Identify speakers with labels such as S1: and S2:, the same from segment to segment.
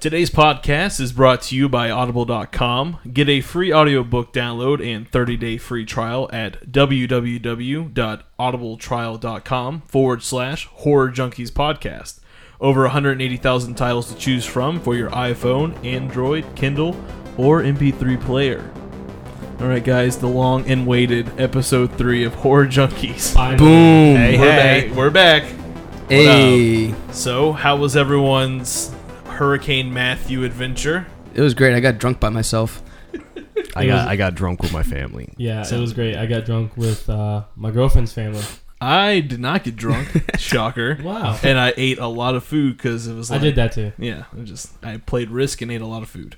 S1: Today's podcast is brought to you by Audible.com. Get a free audiobook download and 30 day free trial at www.audibletrial.com forward slash horror junkies podcast. Over 180,000 titles to choose from for your iPhone, Android, Kindle, or MP3 player. All right, guys, the long and waited episode three of Horror Junkies.
S2: Boom.
S1: Hey,
S2: We're
S1: hey,
S2: back.
S1: we're back.
S2: Hey.
S1: So, how was everyone's Hurricane Matthew adventure?
S2: It was great. I got drunk by myself.
S3: I got I got drunk with my family.
S4: Yeah, it was great. I got drunk with uh, my girlfriend's family.
S1: I did not get drunk. Shocker.
S4: Wow.
S1: And I ate a lot of food because it was
S4: I
S1: like.
S4: did that too.
S1: Yeah, I just I played Risk and ate a lot of food.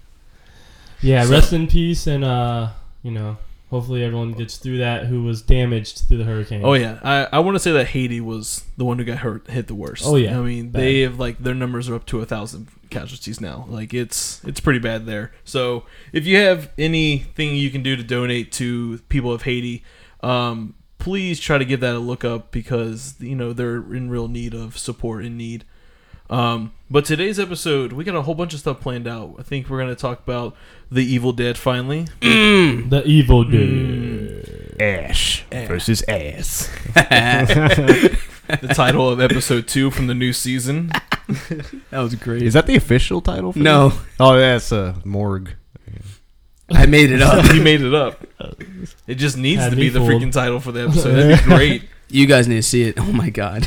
S4: Yeah,
S1: So-
S4: rest in peace, and uh, you know, hopefully everyone gets through that who was damaged through the hurricane.
S1: Oh yeah, I, I want to say that Haiti was the one who got hurt hit the worst.
S4: Oh, yeah.
S1: I mean
S4: Bad.
S1: they have like their numbers are up to a thousand casualties now. Like it's it's pretty bad there. So if you have anything you can do to donate to people of Haiti, um, please try to give that a look up because you know they're in real need of support and need. Um, but today's episode, we got a whole bunch of stuff planned out. I think we're gonna talk about the Evil Dead finally.
S4: the evil
S1: Mm.
S4: dude.
S3: Ash versus ass.
S1: the title of episode two from the new season.
S2: That was great.
S3: Is that the official title? For
S2: No,
S3: this? Oh, that's a morgue.
S2: I made it up.
S1: he made it up. It just needs
S4: Had
S1: to
S4: me
S1: be the
S4: fooled.
S1: freaking title for the episode. That'd be great.
S2: You guys need to see it. Oh my god.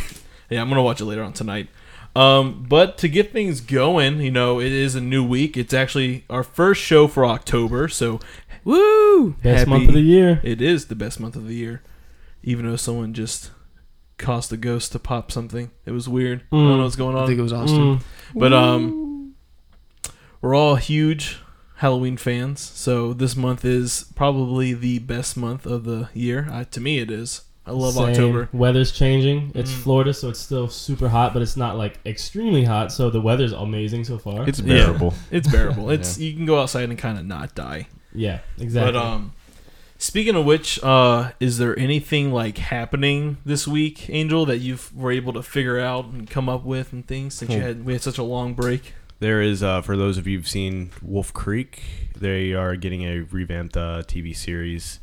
S1: Yeah, I'm gonna watch it later on tonight. Um, but to get things going, you know, it is a new week. It's actually our first show for October, so
S2: Woo!
S4: Best
S1: Happy-
S4: month of the year.
S1: it is the best month of the year. Even though someone just caused a ghost to pop something, it was weird. I don't
S4: Mm.
S1: know what's going
S2: I
S1: on.
S2: think it was Austin.
S4: Mm.
S1: But um, we're all huge Halloween fans, so this month is probably the best month of the year. I, to me, it is. I love
S4: Same.
S1: October.
S4: Weather's changing. It's
S1: Mm.
S4: Florida, so it's still super hot, but it's not like extremely hot. So the weather's amazing so far.
S3: It's
S1: Yeah.
S3: bearable.
S1: It's bearable. It's you can go outside and kind of not die.
S4: yeah, exactly.
S1: But um, speaking of which, uh, is there anything like happening this week, Angel, that you were able to figure out and come up with and things since you
S3: Hmm.
S1: had we had such a long break?
S3: There is uh, for those of you who've seen Wolf Creek, they are getting a revamped uh, TV series,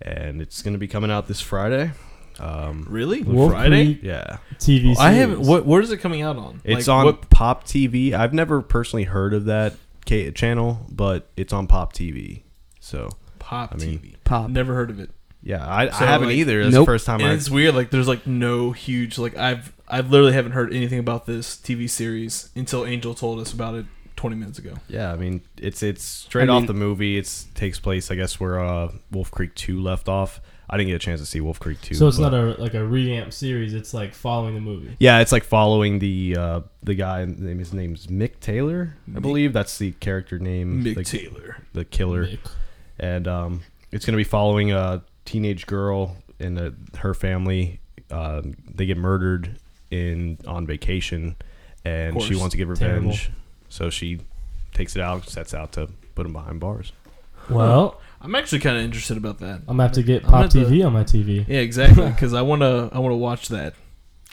S3: and it's going to be coming out this Friday. Um,
S1: Really,
S4: Wolf
S1: Friday? Oh,
S4: Creek
S3: yeah,
S4: TV. Series.
S1: I haven't. What? Where is it coming out on?
S3: it's
S1: Like,
S3: on
S1: what-
S3: Pop TV. I've never personally heard of that ca- channel, but it's on Pop TV. So
S1: Pop
S3: I mean-
S1: TV.
S2: Pop.
S1: Never heard of it.
S3: yeah, I,
S1: So,
S3: I haven't
S1: like-
S3: either. That's
S2: Nope.
S3: the first time
S1: and
S3: I
S1: it's weird. Like there's like no huge like I've I've literally haven't heard anything about this TV series until Angel told us about it 20 minutes ago.
S3: Yeah, I mean it's it's straight
S2: I
S3: off
S2: mean-
S3: the movie. It's takes place, I guess, where uh, Wolf Creek Two left off. I didn't get a chance to see Wolf Creek Two.
S4: So it's
S3: but-
S4: not a like a reamp series. It's like following the movie.
S3: Yeah, it's like following the uh, the guy. and Name his name's Mick Taylor, I
S1: Mick-
S3: believe. That's the character name.
S1: Mick
S3: the,
S1: Taylor.
S3: the killer, and um, it's gonna be following a teenage girl and uh her family. Um, they get murdered in on vacation, and she
S1: course.
S3: wants to get
S4: Terrible.
S3: revenge. So she takes it out, sets out to put him behind bars.
S4: Well,
S1: I'm actually kind of interested about that.
S4: I'm gonna have to get
S1: I'm
S4: Pop
S1: at the-
S4: TV on my TV.
S1: Yeah, exactly. Because I wanna I wanna watch that.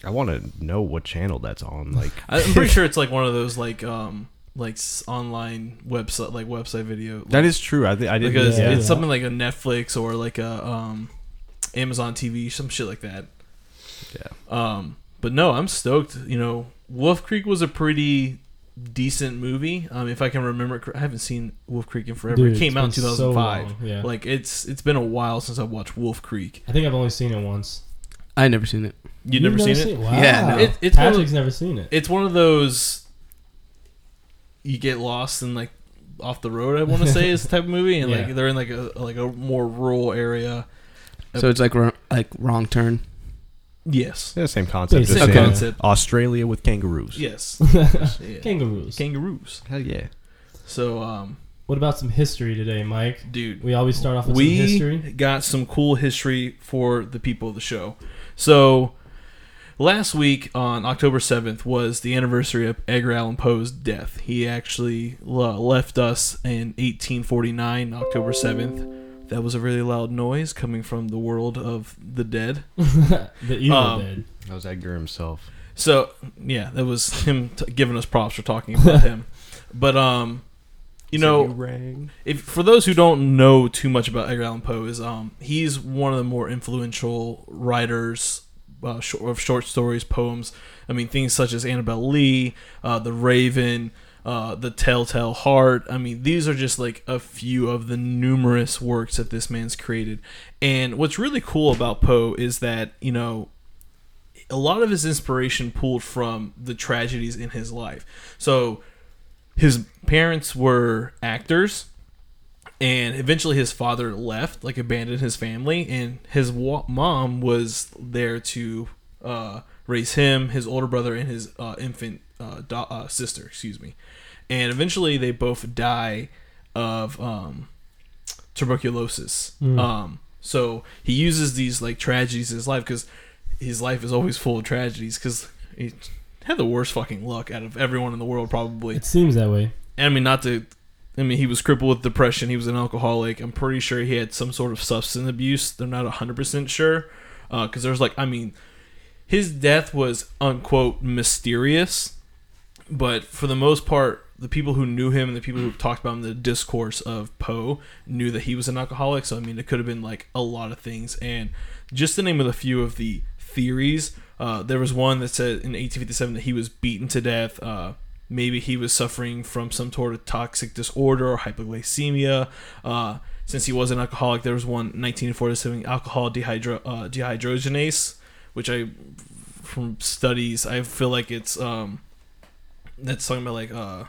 S3: I want to know what channel that's on. Like,
S1: I- I'm pretty sure it's like one of those like um like s- online website like website video.
S3: that is true. I, th- I didn't.
S1: because
S4: Yeah.
S1: it's something like a Netflix or like a um, Amazon TV, some shit like that.
S3: Yeah.
S1: Um, but no, I'm stoked. You know, Wolf Creek was a pretty decent movie. Um, if I can remember, cor- I haven't seen Wolf Creek in forever.
S4: Dude,
S1: it came
S4: it's
S1: out in
S4: been so
S1: 2005.
S4: long, yeah.
S1: Like it's it's been a while since I watched Wolf Creek.
S4: I think I've only seen it once.
S2: I never seen it.
S1: You never, seen, it?
S4: Wow.
S2: Yeah, no.
S1: It- it's one of-
S4: Patrick's never seen it.
S1: It's one of those you get lost in like off the road. I want to say is the type of movie, and
S4: Yeah.
S1: like they're in like a like a more rural area.
S2: So it's like wrong, like wrong turn.
S1: Yes.
S3: Yeah, same concept.
S4: Basic
S3: Just
S2: Okay.
S3: saying
S1: concept.
S3: Australia with kangaroos.
S1: Yes. Yeah.
S4: Kangaroos.
S1: kangaroos.
S3: Hell yeah.
S1: So, um,
S4: what about some history today, Mike?
S1: dude,
S4: We always start off with
S1: we
S4: some history.
S1: got some cool history for the people of the show. So, last week on October 7th was the anniversary of Edgar Allan Poe's death. He actually le- left us in 1849, October 7th. That was a really loud noise coming from the world of the dead.
S4: the Evil
S1: Um,
S4: Dead.
S3: That was Edgar himself.
S1: So yeah, that was him t- giving us props for talking about him. But um, you know, if for those who don't know too much about Edgar Allan Poe, is um he's one of the more influential writers uh, short, of short stories, poems. I mean, things such as Annabel Lee, uh, The Raven, uh, The Telltale Heart. I mean, these are just like a few of the numerous works that this man's created. And what's really cool about Poe is that you know a lot of his inspiration pulled from the tragedies in his life. So his parents were actors and eventually his father left like abandoned his family and his wa- mom was there to uh, raise him his older brother and his uh, infant uh, da- uh, sister excuse me and eventually they both die of um, tuberculosis um, so he uses these like tragedies in his life because his life is always full of tragedies because he had the worst fucking luck out of everyone in the world probably
S4: It seems that way.
S1: I mean, not to. I mean, he was crippled with depression. He was an alcoholic. I'm pretty sure he had some sort of substance abuse. They're not 100% sure. Because there's like, I mean, his death was unquote mysterious. But for the most part, the people who knew him and the people who talked about him, in the discourse of Poe, knew that he was an alcoholic. So, I mean, it could have been like a lot of things. And just to name of a few of the theories, uh, there was one that said in 1857 that he was beaten to death. Uh, maybe he was suffering from some sort of toxic disorder or hypoglycemia. Uh, since he was an alcoholic, there was one 1947 alcohol dehydro, uh, dehydrogenase, which I, from studies, I feel like it's um, that's talking about like uh,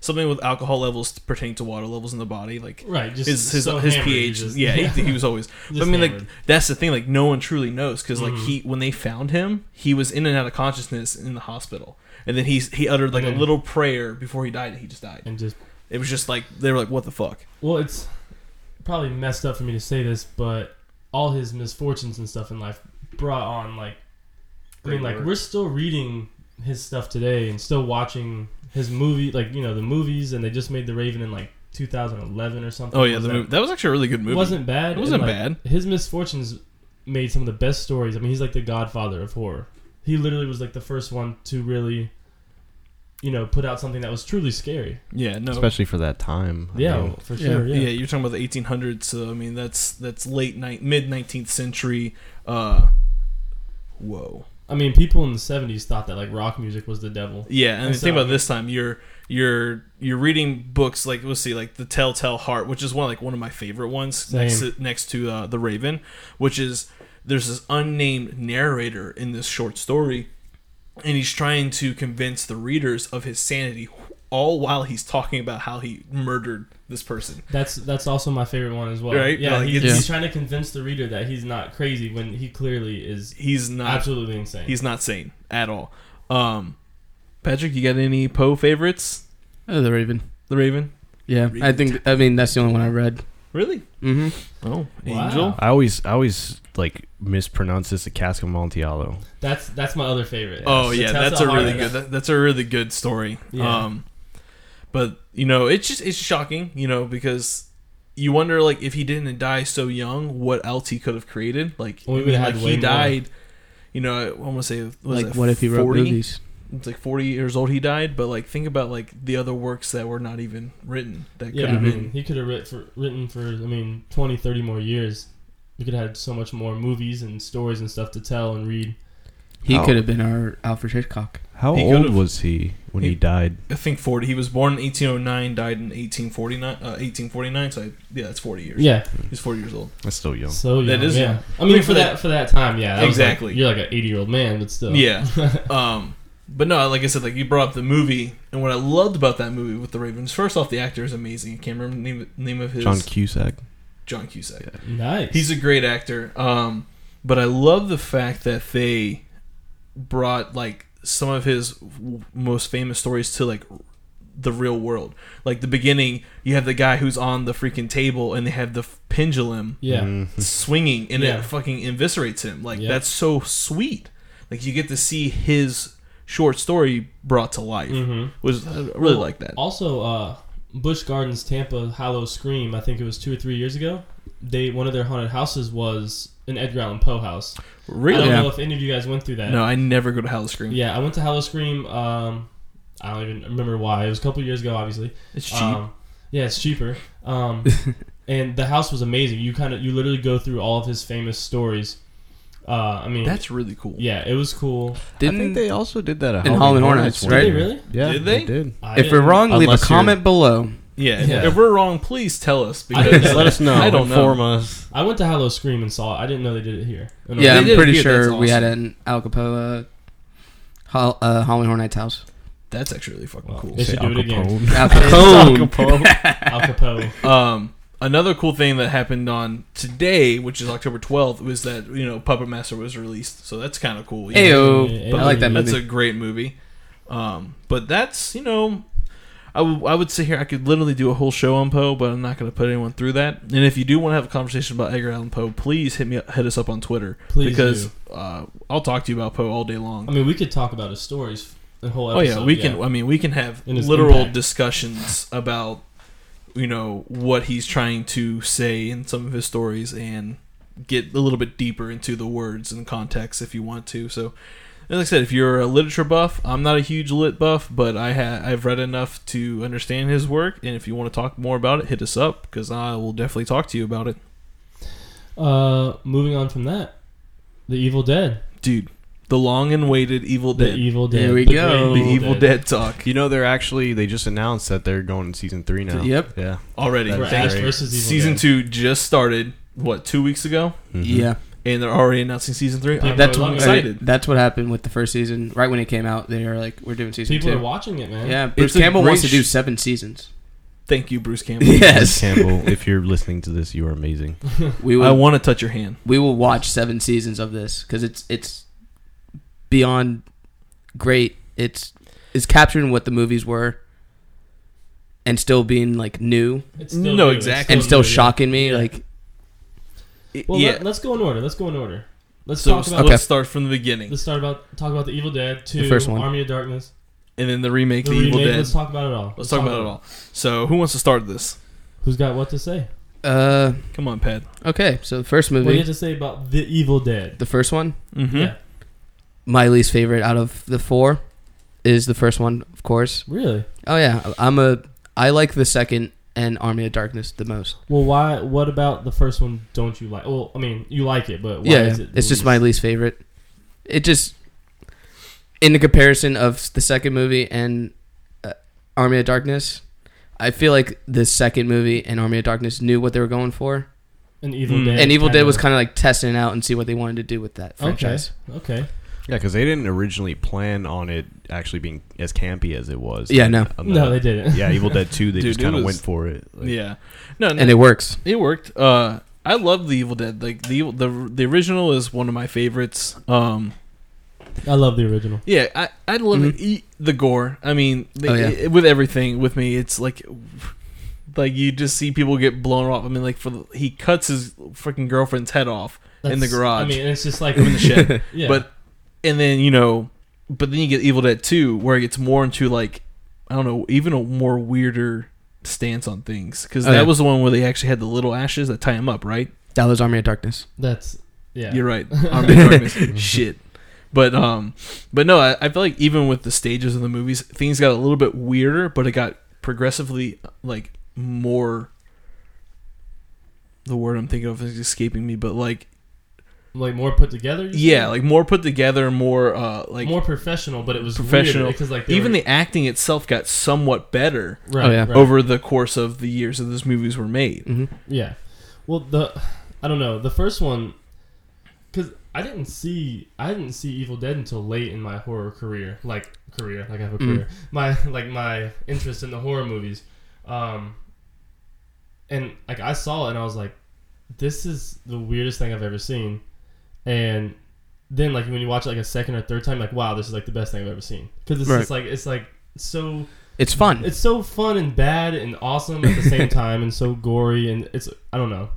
S1: something with alcohol levels pertaining to water levels in the body, like
S4: Right. Just
S1: his his,
S4: so
S1: his
S4: hammered, you
S1: pH.
S4: just-
S1: yeah, He, he was always. but I
S4: Just
S1: mean, like
S4: hammered.
S1: that's the thing. Like no one truly knows because like he when they found him, he was in and out of consciousness in the hospital, and then he he uttered like
S4: Okay.
S1: a little prayer before he died, and he just died.
S4: and just
S1: It was just like they were like, "What the fuck?"
S4: well, it's probably messed up for me to say this, but all his misfortunes and stuff in life brought on like I mean,
S3: Great
S4: like
S3: work.
S4: we're still reading his stuff today and still watching his movie, like you know the movies, and they just made The Raven in like 2011 or something.
S1: Oh yeah,
S4: Was
S1: the
S4: that-
S1: movie that was actually a really good movie.
S4: wasn't bad.
S1: It wasn't
S4: and, like, His misfortunes made some of the best stories. I mean, he's like the godfather of horror. He literally was like the first one to really, you know, put out something that was truly scary.
S1: yeah, no.
S3: especially for that time. I
S4: yeah,
S3: mean,
S4: for
S2: Yeah.
S4: sure.
S1: yeah.
S4: Yeah.
S1: you're talking about the 1800s. So I mean, that's that's late night, mid 19th century. Uh, whoa.
S4: I mean, people in the '70s thought that like rock music was the devil.
S1: Yeah, and
S4: That's
S1: think
S4: not
S1: about this time you're you're you're reading books like let's see like the Telltale Heart, which is one like one of my favorite ones next
S4: Same.
S1: to, next to uh, the Raven, which is there's this unnamed narrator in this short story, and he's trying to convince the readers of his sanity, all while he's talking about how he murdered this person.
S4: That's that's also my favorite one as well.
S1: Right?
S4: Yeah,
S1: Like,
S4: he-
S1: it's-
S4: he's trying to convince the reader that he's not crazy when he clearly is
S1: He's not
S4: absolutely insane.
S1: he's not sane at all. Um, Patrick, you got any Poe favorites?
S2: Oh, the Raven.
S1: The Raven,
S2: Yeah, I think. I mean, that's the only one I read.
S1: really?
S2: Mm-hmm.
S1: Oh,
S4: Wow.
S1: Angel.
S3: I always, I always like mispronounce this a cask of Monticello.
S4: that's that's my other favorite.
S1: Oh
S4: The
S1: yeah,
S4: Tessa
S1: that's a really
S4: Harris.
S1: good. That, that's a really good story.
S4: Yeah.
S1: Um, but you know, it's just it's shocking, you know, because you wonder like if he didn't die so young, what else he could have created. Like,
S4: We
S1: I
S4: would
S1: mean,
S4: have
S1: like
S4: had
S1: he
S4: way more.
S1: died. You know, I want to say was
S2: Like,
S1: it
S2: what if he wrote
S1: 40?
S2: movies?
S1: It's like forty years old he died, but like think about like the other works that were not even written that
S4: Yeah,
S1: could
S4: I
S1: have
S4: mean,
S1: been.
S4: he could have writ for, written for, I mean, 20, 30 more years. We could have had so much more movies and stories and stuff to tell and read.
S2: He
S3: Oh.
S2: could have been our Alfred Hitchcock.
S3: How
S1: He
S3: old
S1: could've-
S3: was he when he,
S1: he-
S3: died?
S1: I think forty. He was born in eighteen oh nine, died in eighteen forty nine. Uh, eighteen forty nine. So I, yeah, that's forty years.
S4: Yeah,
S1: he's forty years old.
S3: That's still young.
S4: so yeah,
S1: That is-
S4: yeah. I mean, for that for that time, yeah, that was like-
S1: Exactly.
S4: you're like an eighty year old man, but still,
S1: Yeah. um, but no, like I said, like you brought up the movie, and what I loved about that movie with the Ravens, first off, the actor is amazing. I can't remember the name, name of his
S3: John Cusack.
S1: John Cusack.
S4: nice.
S1: He's a great actor. Um, but I love the fact that they brought like some of his w- most famous stories to like the real world. Like the beginning, you have the guy who's on the freaking table, and they have the f- pendulum
S4: yeah,
S3: Mhm.
S1: swinging and
S4: Yeah.
S1: it fucking eviscerates him. Like
S4: Yeah.
S1: that's so sweet. Like you get to see his short story brought to life.
S4: hmm
S1: Was I really like that.
S4: Also, uh, Bush Gardens Tampa Hollow Scream. I think it was two or three years ago. They one of their haunted houses was an Edgar Allan Poe house. I
S1: Really?
S4: don't
S2: Yeah.
S4: know if any of you guys went through that.
S1: No, I never go to Hell Scream.
S4: Yeah, I went to Hollow Scream. Um, I don't even remember why. It was a couple years ago, obviously.
S1: It's cheap.
S4: Um, yeah, it's cheaper. Um, and the house was amazing. You kind of you literally go through all of his famous stories. Uh, I mean,
S1: That's really cool.
S4: yeah, it was cool.
S3: I think
S2: Didn't
S3: they also did that at
S2: In Halloween Hornets,
S3: one
S2: right?
S3: year.
S4: Did they really?
S3: Yeah,
S1: Did they?
S3: did.
S4: I
S2: if we're
S4: didn't-
S2: wrong, leave a
S3: Unless you're-
S2: comment below.
S1: Yeah.
S4: Yeah.
S1: If we're wrong, please tell us
S4: didn't
S1: because
S4: know
S3: Let us know.
S1: I don't know.
S3: Inform us.
S4: I went to Hallow Scream and saw it. I didn't know they did it here. Oh, I mean,
S2: Yeah,
S1: they
S2: I'm
S1: did
S2: pretty
S1: appear,
S2: sure
S1: that's
S2: we had
S1: awesome.
S2: an Al Capone, uh, Hol- uh, Halloween Horror Nights house.
S1: That's actually really fucking
S4: Well,
S1: cool.
S4: They should do it again.
S2: Al
S3: Capone.
S2: Capone.
S4: Al Capone.
S1: Um, another cool thing that happened on today, which is October 12th, was that you know Puppet Master was released. So that's kind of cool. you know?
S2: Ayo. I like that
S1: That's
S2: movie.
S1: a great movie. Um, but that's you know, I, w- I would sit here. I could literally do a whole show on Poe, but I'm not going to put anyone through that. And if you do want to have a conversation about Edgar Allan Poe, please hit me up, hit us up on Twitter
S4: Please
S1: because
S4: do.
S1: uh, I'll talk to you about Poe all day long.
S4: I mean, we could talk about his stories. The whole
S1: Oh
S4: episode.
S1: yeah, we can. I mean, we can have
S4: And his
S1: literal
S4: impact.
S1: discussions about you know what he's trying to say in some of his stories and get a little bit deeper into the words and context if you want to. So, and like I said, if you're a literature buff, I'm not a huge lit buff, but I ha- I've read enough to understand his work. And if you want to talk more about it, hit us up because I will definitely talk to you about it,
S4: Uh, moving on from that, The Evil Dead.
S1: dude. The long and waited Evil
S4: The
S1: Dead,
S4: Evil Dead.
S2: There we
S4: The
S2: go.
S1: the
S4: great
S1: Evil, Dead. talk
S3: You know, they're actually they just announced that they're going to season three now.
S2: Yep.
S3: Yeah.
S1: already.
S4: For
S3: That's
S1: Thank
S4: Ash
S3: great.
S4: versus Evil
S1: Season
S4: Dead.
S1: two just started. What two weeks ago?
S3: Mm-hmm.
S2: Yeah.
S1: and they're already announcing season three.
S4: Yeah,
S1: I'm
S2: That's
S4: I'm
S2: what, uh,
S1: excited.
S2: that's what happened with the first season. Right when it came out, they were like, "We're doing season
S4: People
S2: two.
S4: are watching it, man.
S2: Yeah, Bruce
S1: It's a
S2: Campbell wants to
S1: great
S2: do
S1: sh-
S2: seven seasons.
S1: Thank you, Bruce Campbell.
S2: Yes,
S3: Campbell, if you're listening to this, you are amazing.
S2: we
S1: I
S2: will.
S1: want to touch your hand.
S2: we will watch seven seasons of this because it's it's beyond great. It's it's capturing what the movies were, and still being like new
S4: It's
S1: No,
S4: new. It's
S1: exactly.
S2: and
S1: Totally,
S2: still
S4: new, yeah.
S2: shocking me. Like
S4: Well,
S1: yeah.
S4: let, us go in order. Let's go in order. Let's
S1: so
S4: talk
S1: so
S4: about.
S1: let's start from the beginning,
S4: Let's start about talk about the Evil Dead two,
S2: The first one.
S4: Army of Darkness,
S1: and then the remake, the,
S4: the remake.
S1: Evil Dead.
S4: Let's
S1: Let's talk,
S4: talk about it all.
S1: about it all. So, who wants to start this?
S4: Who's got what to say?
S2: uh,
S1: Come on, Pat.
S2: okay, so the first
S4: What do you
S2: movie,
S4: have to say about the Evil Dead?
S2: the first one,
S1: Mm-hmm.
S4: Yeah,
S2: my least favorite out of the four, is the first one, of course.
S4: really.
S2: Oh yeah, I'm a I like the second and Army of Darkness the most.
S4: Well, why? What about the first one? Don't you like? Well, I mean, you like it, but why
S2: yeah,
S4: is it?
S2: it's just
S4: least?
S2: my least favorite. It just in the comparison of the second movie and uh, Army of Darkness, I feel like the second movie and Army of Darkness knew what they were going for,
S4: an Evil
S1: Mm.
S4: Dead.
S2: and Evil Dead
S4: kinda-
S2: was kind of like testing it out and see what they wanted to do with that franchise.
S4: okay.
S3: Yeah, because they didn't originally plan on it actually being as campy as it was.
S2: Yeah, no.
S3: On the-
S4: No, they didn't.
S3: yeah, Evil Dead Two. They
S1: Dude,
S3: just kind
S1: it
S3: of
S1: was-
S3: went for it. Like,
S1: yeah. No, no,
S2: And it works.
S1: it worked. Uh, I love the Evil Dead. Like the evil- the the original is one of my favorites. Um,
S4: I love the original.
S1: Yeah, I I love
S2: Mhm.
S1: it. E- the gore. I mean, the,
S2: Oh, yeah.
S1: i- with everything with me, it's like like you just see people get blown off. I mean, like for the, he cuts his freaking girlfriend's head off in the
S4: That's-
S1: garage
S4: I mean, it's just like
S1: in the shed.
S4: yeah.
S1: But and then you know, but then you get Evil Dead Two, where it gets more into like I don't know, even a more weirder stance on things because
S2: Oh,
S1: that
S2: yeah.
S1: was the one where they actually had the little ashes that tie him up, right?
S2: That was Army of Darkness.
S4: that's yeah.
S1: You're right. Army of Darkness. Shit. But um, but no, I, I feel like even with the stages of the movies, things got a little bit weirder, but it got progressively like more. The word I'm thinking of is escaping me, but like
S4: like more put together. you
S1: yeah,
S4: said?
S1: like more put together, more uh, like
S4: Mm-hmm. more professional, but it was
S1: Professional.
S4: professional because like they
S1: even
S4: were-
S1: the acting itself got somewhat better
S4: right,
S2: Oh, yeah.
S4: right. Mm-hmm.
S1: over the course of the years that those movies were made.
S2: hmm
S4: yeah. Well, the I don't know the first one because I didn't see I didn't see Evil Dead until late in my horror career, like career, like I have a
S2: Mm.
S4: career. My like my interest in the horror movies, um, and like I saw it and I was like, this is the weirdest thing I've ever seen, and then like when you watch it like a second or third time, like wow, this is like the best thing I've ever seen because it's
S2: Right.
S4: just like it's like so
S2: It's fun.
S4: it's so fun and bad and awesome at the same time and so gory and it's I don't know.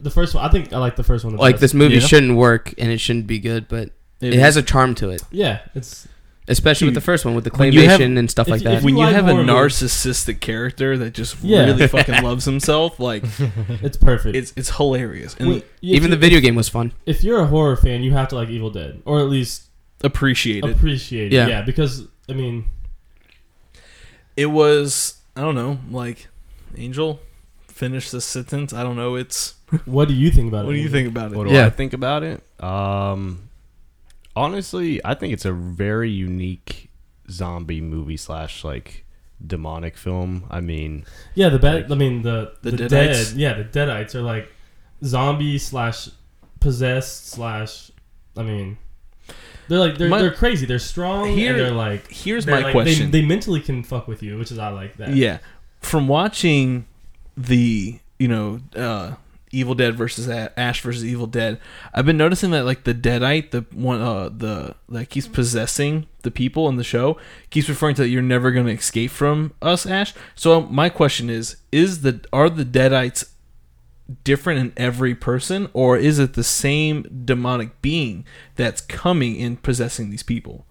S4: The first one I think I like the first one the
S2: like
S4: best.
S2: this movie
S1: Yeah.
S2: shouldn't work and it shouldn't be good, but it, has a charm to it,
S4: Yeah, it's
S2: especially with
S1: Dude,
S2: the first one with the
S1: when you
S2: claymation
S1: have-
S2: and stuff
S4: if
S2: like
S4: you-
S2: that.
S4: if
S1: when you
S4: like
S1: have a
S4: horror movies-
S1: narcissistic character that just
S4: Yeah.
S1: really fucking loves himself, like
S4: it's perfect.
S1: it's it's hilarious and
S4: Well, if
S2: Even the
S4: you-
S2: video game was fun.
S4: if you're a horror fan, you have to like Evil Dead or at least
S1: appreciated.
S4: appreciate it.
S2: Yeah.
S4: Yeah, because I mean
S1: it was I don't know, like Angel finish this sentence. I don't know. It's
S4: What do you think about it?
S1: what do you think about it?
S3: What do
S2: Yeah.
S3: I think about it? Um, honestly, I think it's a very unique zombie movie slash like demonic film. I mean,
S4: Yeah, the bad. I mean the
S1: The
S4: the,
S1: Deadites?
S4: dead. Yeah, the deadites are like zombie slash possessed slash. I mean, they're like they're,
S1: My-
S4: they're crazy. They're strong.
S1: Here-
S4: and they're like
S1: Here's
S4: they're
S1: my
S4: like-
S1: question.
S4: They, they mentally can fuck with you, which is I like that.
S1: yeah, from watching the you know uh, Evil Dead versus A- Ash versus Evil Dead, I've been noticing that like the Deadite, the one uh, the that keeps possessing the people in the show, keeps referring to you're never going to escape from us, Ash. So my question is: Is the are the Deadites different in every person, or is it the same demonic being that's coming and possessing these people?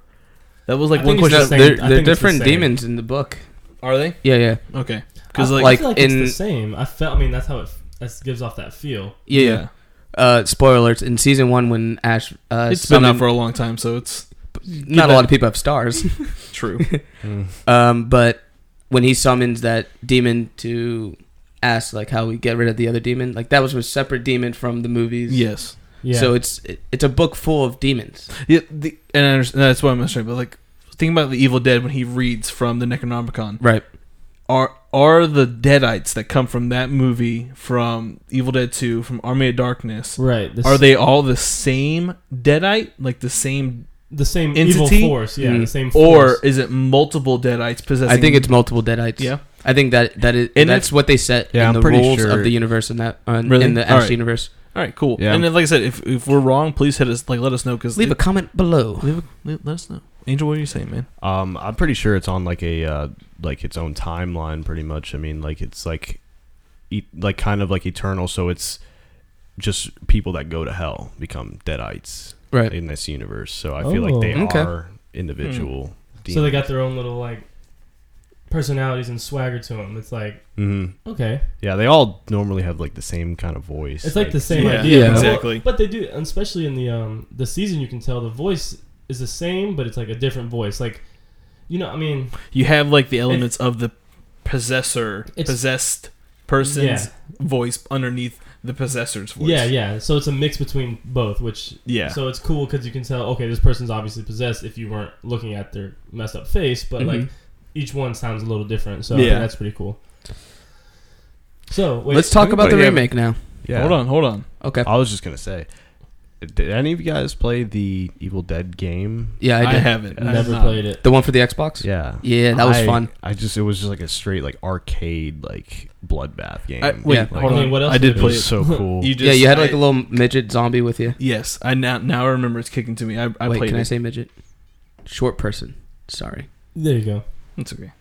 S1: That was like
S4: I
S1: one
S4: think it's
S1: question.
S4: just-
S2: they're
S4: same.
S2: they're,
S4: I
S2: they're
S4: think it's the
S2: different
S4: same.
S2: demons in the book.
S1: Are they
S2: Yeah, yeah,
S1: okay?
S4: because
S1: Because like
S4: like, I
S2: like,
S4: feel like
S2: in-
S4: it's the same. I felt. I mean, that's how it. That gives off that feel.
S2: yeah, yeah. Uh, spoilers in season one when Ash. Uh,
S1: It's been out
S2: summoned-
S1: for a long time, so it's
S2: not a lot of people have stars.
S1: true.
S2: um, but when he summons that demon to ask like how we get rid of the other demon, like that was a separate demon from the movies.
S1: yes,
S4: Yeah.
S2: So it's it, it's a book full of demons.
S1: yeah, the, and I understand, that's what I'm mentioning. But like, think about the Evil Dead when he reads from the Necronomicon.
S2: Right.
S1: Are are the Deadites that come from that movie, from Evil Dead Two, from Army of Darkness?
S4: right. The,
S1: Are
S4: s-
S1: they all the same Deadite, like the same,
S4: the same
S1: entity?
S4: evil force? Yeah,
S2: Mm.
S4: the same.
S1: or
S4: Force.
S1: is it multiple Deadites possessing?
S2: I think it's multiple deadites.
S1: yeah.
S2: I think that that is
S1: And
S2: that's what they set
S3: Yeah,
S2: in
S3: I'm
S2: the
S3: pretty
S2: rules
S3: sure-
S2: of the universe in that on,
S1: Really?
S2: in the
S1: All
S2: Ash
S1: right.
S2: universe.
S1: All right, cool.
S3: Yeah.
S1: And then, like I said, if if we're wrong, please hit us. Like, let us know because
S2: Leave a comment below.
S1: leave a, let us know. Angel, what are you saying, man?
S3: um, I'm pretty sure it's on like a uh, like its own timeline. Pretty much. I mean, like it's like, e- like kind of like eternal. So it's just people that go to hell become deadites
S2: Right.
S3: in this universe. So I feel like
S4: Oh.
S3: they
S2: Okay.
S3: are individual.
S4: so they got their own little like personalities and swagger to them. It's like
S3: hmm
S4: okay,
S3: Yeah, they all normally have like the same kind of voice.
S4: It's like the same
S1: Yeah,
S4: idea,
S2: yeah.
S4: Well,
S1: exactly.
S4: but they do, and especially in the um the season, you can tell the voice is the same, but it's like a different voice. Like, you know, I mean,
S1: You have like the elements of the possessor,
S4: It's-
S1: possessed person's
S4: yeah,
S1: voice underneath the possessor's voice.
S4: yeah, yeah. So it's a mix between both, which
S1: yeah.
S4: so it's cool because you can tell, okay, this person's obviously possessed if you weren't looking at their messed up face, but like
S2: Mhm.
S4: each one sounds a little different. So I
S1: Mm-hmm. Yeah.
S4: think that's pretty cool. So wait,
S2: Let's talk about the
S3: Anybody have-
S2: remake now.
S3: yeah.
S1: Hold on, hold on.
S2: Okay.
S3: I was just gonna say, did any of you guys play the Evil Dead game?
S2: Yeah, I
S1: I,
S2: did.
S1: haven't. I have
S4: never
S1: not.
S4: played it.
S2: the one for the Xbox.
S3: Yeah.
S2: Yeah, that was
S3: I-
S2: fun.
S3: I just it was just like a straight like arcade like bloodbath game.
S1: I, wait,
S2: Yeah.
S3: Like,
S1: hold
S4: I
S1: on.
S4: mean, what else
S1: I
S4: did
S1: did
S3: It
S1: play
S4: we
S1: it.
S4: do?
S3: was so cool.
S1: You just,
S2: yeah, you had like
S1: I-
S2: a little midget zombie with you.
S1: Yes, I now now I remember it's kicking to me. I, I
S2: Wait,
S1: played
S2: can
S1: it.
S2: I say midget? Short person. Sorry.
S4: There you go.
S1: it's okay.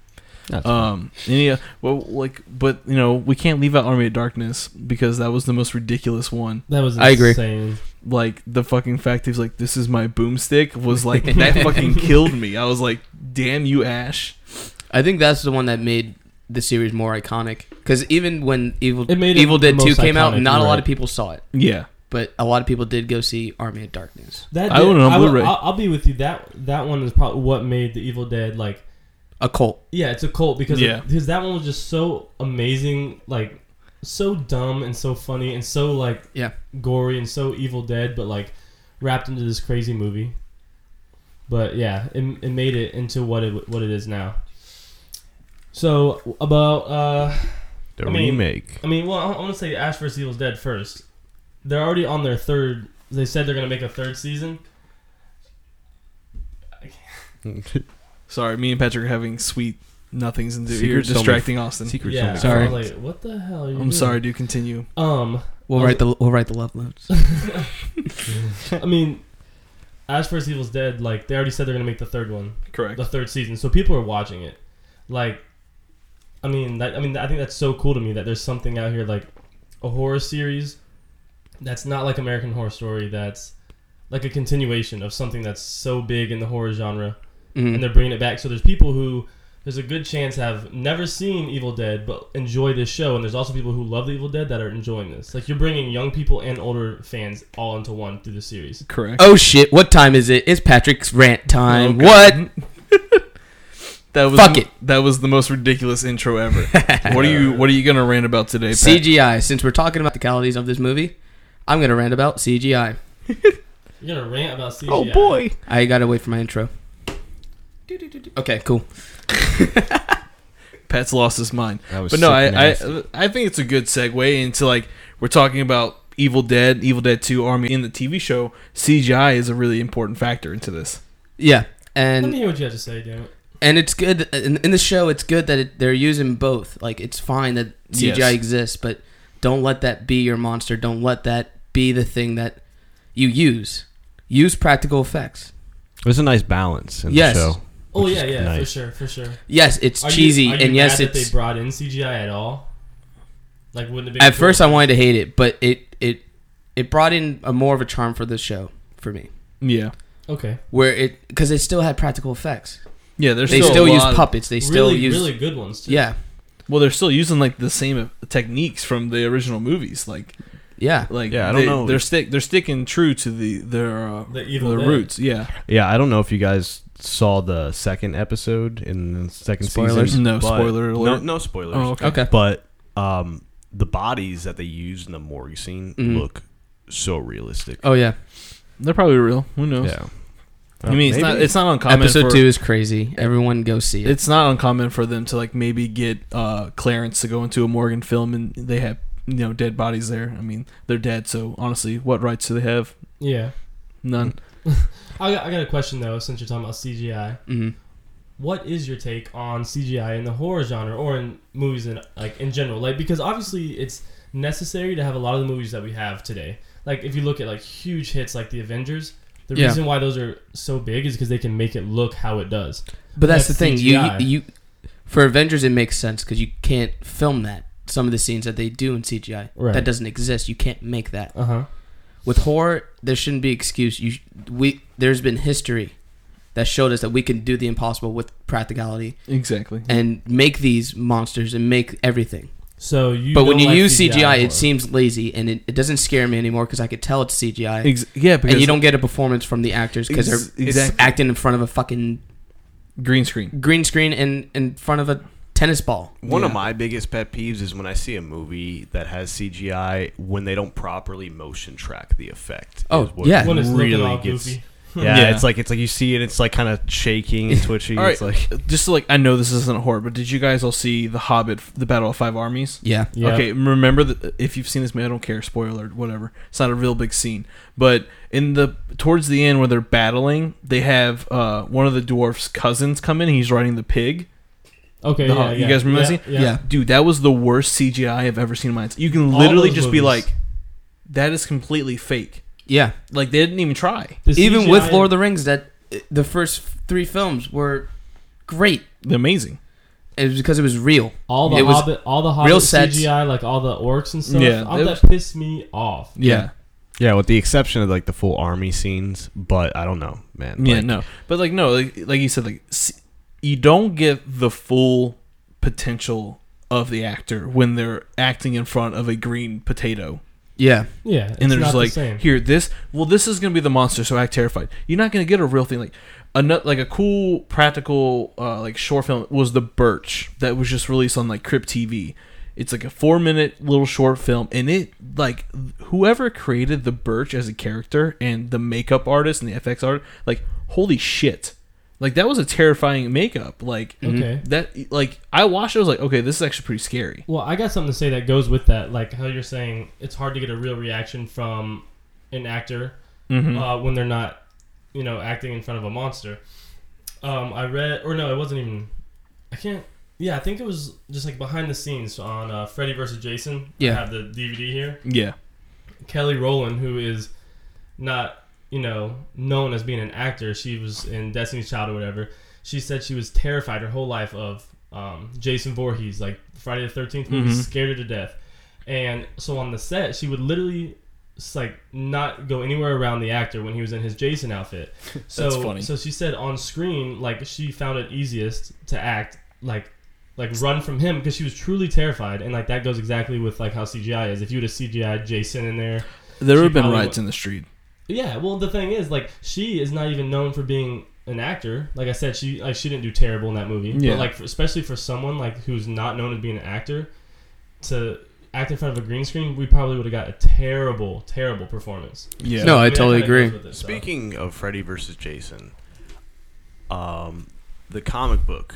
S3: That's
S1: Um, any uh, well, like, but you know, we can't leave out Army of Darkness because that was the most ridiculous one.
S4: That was insane.
S2: I agree.
S1: Like the fucking fact he's like, "This is my boomstick," was like that fucking killed me. I was like, "Damn you, Ash."
S2: I think that's the one that made the series more iconic. Because even when Evil
S4: It made it
S2: Evil Dead
S4: the
S2: Two
S4: most
S2: came out,
S4: iconic,
S2: not a lot
S4: right.
S2: of people saw it,
S1: Yeah,
S2: but a lot of people did go see Army of Darkness.
S4: That
S1: I
S4: did-
S1: own it on
S4: will-
S1: Blu-ray.
S4: I'll, I'll be with you. That that one is probably what made the Evil Dead like.
S2: A cult.
S4: Yeah, it's a cult because
S1: Yeah.
S4: because that one was just so amazing, like so dumb and so funny and so like
S2: Yeah.
S4: gory and so Evil Dead, but like wrapped into this crazy movie. But yeah, it, it made it into what it what it is now. So about uh,
S3: the
S4: I mean-
S3: remake.
S4: I mean, well, I want to say Ash vs Evil's Dead first. They're already on their third. They said they're gonna make a third season.
S1: sorry. Me and Patrick are having sweet nothings, and
S3: Secrets
S1: you're
S3: don't make-
S1: distracting Austin.
S3: Secrets
S4: Yeah,
S3: only
S2: Sorry.
S4: I
S3: friends.
S4: was like, what the hell? Are you
S1: I'm
S4: doing?
S1: sorry. Do continue.
S4: Um,
S2: We'll
S4: Also-
S2: write the we'll write the love notes.
S4: I mean, Ash vs Evil's Dead. Like they already said they're gonna make the third one,
S1: Correct.
S4: the third season. So people are watching it. Like, I mean, that, I mean, I think that's so cool to me that there's something out here like a horror series that's not like American Horror Story. That's like a continuation of something that's so big in the horror genre.
S2: Mhm.
S4: and they're bringing it back. So there's people who there's a good chance have never seen Evil Dead but enjoy this show, and there's also people who love the Evil Dead that are enjoying this. Like you're bringing young people and older fans all into one through the series.
S1: Correct.
S2: Oh shit! What time is it? It's Patrick's rant time.
S1: Okay.
S2: What?
S1: That was
S2: Fuck it.
S1: That was the most ridiculous intro ever. what are you What are you gonna rant about today? Pat?
S2: CGI. Since we're talking about the qualities of this movie, I'm gonna rant about CGI.
S4: You're gonna rant about CGI.
S3: Oh boy.
S2: I got away from my intro. Okay, cool.
S1: Pat's lost his mind.
S3: That was
S1: But no,
S3: sick
S1: I, I
S3: nasty.
S1: I think it's a good segue into like we're talking about Evil Dead, Evil Dead Two, Army in the TV show. CGI is a really important factor into this.
S2: Yeah,
S4: Let
S2: and
S4: me hear what you have to say, damn it.
S2: and it's good in, in the show. It's good that it, they're using both. Like it's fine that CGI
S1: Yes.
S2: exists, but don't let that be your monster. Don't let that be the thing that you use. Use practical effects.
S3: There's a nice balance in
S2: Yes.
S3: the show.
S4: Oh
S3: which
S4: yeah,
S3: is
S4: yeah, for
S3: nice.
S4: sure, for sure.
S2: Yes, it's
S4: Are you-
S2: cheesy,
S4: are you
S2: and yes,
S4: mad that
S2: it's
S4: they brought in CGI at all. Like wouldn't it be
S2: at first I wanted to hate it, but it it it brought in a more of a charm for the show for me,
S1: Yeah,
S4: okay.
S2: where it because they still had practical effects.
S1: yeah. There's
S2: they
S1: still,
S2: still,
S1: a
S2: use
S1: lot of-
S2: puppets. They still
S4: really,
S2: use
S4: really good ones too.
S2: yeah,
S1: well, they're still using like the same techniques from the original movies. Like
S2: yeah.
S1: like
S3: Yeah, I don't
S1: they,
S3: know.
S1: They're stick they're sticking true to the their uh,
S4: The Evil
S1: their
S4: Dead.
S1: roots. Yeah.
S3: Yeah, I don't know if you guys saw the second episode in the second
S2: Spoilers?
S3: season.
S1: No,
S3: but-
S1: spoiler
S3: No,
S1: alert.
S3: no spoilers.
S1: Oh, okay.
S2: Okay.
S3: But um, the bodies that they use in the morgue scene
S2: Mhm.
S3: look so realistic.
S2: Oh yeah.
S1: They're probably real. Who knows?
S3: yeah.
S1: I mean, it's not it's not uncommon.
S2: Episode
S1: for,
S2: two is crazy. Everyone go see it.
S1: It's not uncommon for them to like maybe get uh, Clarence to go into a Morgan film and they have you know dead bodies there. I mean, they're dead, so honestly, what rights do they have?
S4: Yeah.
S1: None.
S4: I got, I got a question though, since you're talking about CGI.
S2: hmm
S4: What is your take on CGI in the horror genre or in movies in like in general? Like because obviously it's necessary to have a lot of the movies that we have today. Like if you look at like huge hits like the Avengers, the
S2: Yeah.
S4: reason why those are so big is because they can make it look how it does.
S2: But that's,
S4: That's
S2: the thing. You,
S4: CGI.
S2: you you for Avengers it makes sense because you can't film that. Some of the scenes that they do in CGI
S4: Right.
S2: that doesn't exist. You can't make that
S4: Uh huh.
S2: with horror. There shouldn't be excuse. You sh- we there's been history that showed us that we can do the impossible with practicality
S1: Exactly.
S2: and make these monsters and make everything.
S4: So you.
S2: but when
S4: don't
S2: you
S4: like
S2: use CGI,
S4: horror.
S2: it seems lazy and it, it doesn't scare me anymore because I could tell it's CGI.
S1: Ex- yeah, because
S2: and you don't get a performance from the actors because
S1: Ex-
S2: they're
S1: exactly.
S2: acting in front of a fucking
S1: green screen.
S2: green screen and in front of a tennis ball.
S3: One of
S1: Yeah.
S3: my biggest pet peeves is when I see a movie that has CGI when they don't properly motion track the effect.
S2: Oh,
S3: is what
S2: yeah.
S4: When it's looking
S3: really
S4: all
S3: gets-
S4: goofy.
S3: Yeah,
S1: Yeah.
S3: it's like it's like you see it, it's like kind of shaking and twitchy.
S1: All right.
S3: It's like
S1: Just like I know this isn't a horror, but did you guys all see the Hobbit, the Battle of Five Armies?
S2: Yeah.
S4: Yeah.
S1: Okay, remember that if you've seen this movie, I don't care. Spoiler, whatever. It's not a real big scene, but in the towards the end where they're battling, they have uh, one of the dwarf's cousins come in. He's riding the pig.
S4: Okay.
S1: The
S4: yeah,
S1: Hobbit.
S4: yeah,
S1: You guys remember
S4: yeah,
S1: that scene? Dude, that was the worst CGI I've ever seen in my life. You can
S4: All
S1: literally
S4: those
S1: just be
S4: movies.
S1: like, that is completely fake.
S2: Yeah.
S1: Like they didn't even try.
S4: The
S2: Even with
S4: CGI
S2: Lord of the Rings, that uh, the first three films were great.
S1: Amazing.
S2: It was because it was real.
S4: All the
S2: It was
S4: Hobbit, all the Hobbit
S2: real sets.
S4: CGI, like all the orcs and stuff.
S1: Yeah,
S4: all
S1: it
S4: that
S1: was-
S4: pissed me off.
S1: Yeah.
S3: yeah, with the exception of like the full army scenes, but I don't know, man.
S1: Yeah,
S3: Like,
S1: no, but like no, like, like you said, like s- you don't get the full potential of the actor when they're acting in front of a green potato,
S2: Yeah.
S4: Yeah, it's
S1: and they're
S4: not
S1: just
S4: the
S1: like,
S4: same.
S1: here, this, well, this is gonna be the monster, so act terrified. You're not gonna get a real thing like a nut- like a cool practical uh, like short film was the Birch that was just released on like Crypt TV. It's like a four minute little short film, and it like whoever created the Birch as a character and the makeup artist and the FX art, like holy shit, like that was a terrifying makeup. Like mm-hmm.
S4: Okay.
S1: that, like I watched, it, I was like, okay, this is actually pretty scary.
S4: Well, I got something to say that goes with that. Like how you're saying, it's hard to get a real reaction from an actor
S1: Mm-hmm.
S4: uh, when they're not, you know, acting in front of a monster. Um, I read, or no, it wasn't even. I can't. Yeah, I think it was just like behind the scenes on uh, Freddy vs. Jason.
S2: Yeah.
S4: I have the DVD here.
S1: Yeah,
S4: Kelly Rowland, who is not, you know, known as being an actor, she was in Destiny's Child or whatever. She said she was terrified her whole life of um, Jason Voorhees, like Friday the Thirteenth movie,
S1: Mhm.
S4: scared her to death. And so on the set, she would literally s- like not go anywhere around the actor when he was in his Jason outfit. So
S1: That's funny.
S4: so she said on screen, like she found it easiest to act like like run from him because she was truly terrified and like that goes exactly with like how CGI is. If you would have CGI Jason in there,
S1: there
S4: She
S1: have been
S4: probably
S1: riots
S4: wa-
S1: in the street.
S4: yeah, well, the thing is, like, she is not even known for being an actor. Like I said, she like she didn't do terrible in that movie.
S1: Yeah.
S4: But like for, especially for someone like who's not known as being an actor, to act in front of a green screen, we probably would have got a terrible, terrible performance.
S1: Yeah.
S2: No, I
S4: that
S2: totally
S4: kinda
S2: agree.
S4: goes with it, so.
S3: Speaking of Freddy versus Jason, um, the comic book.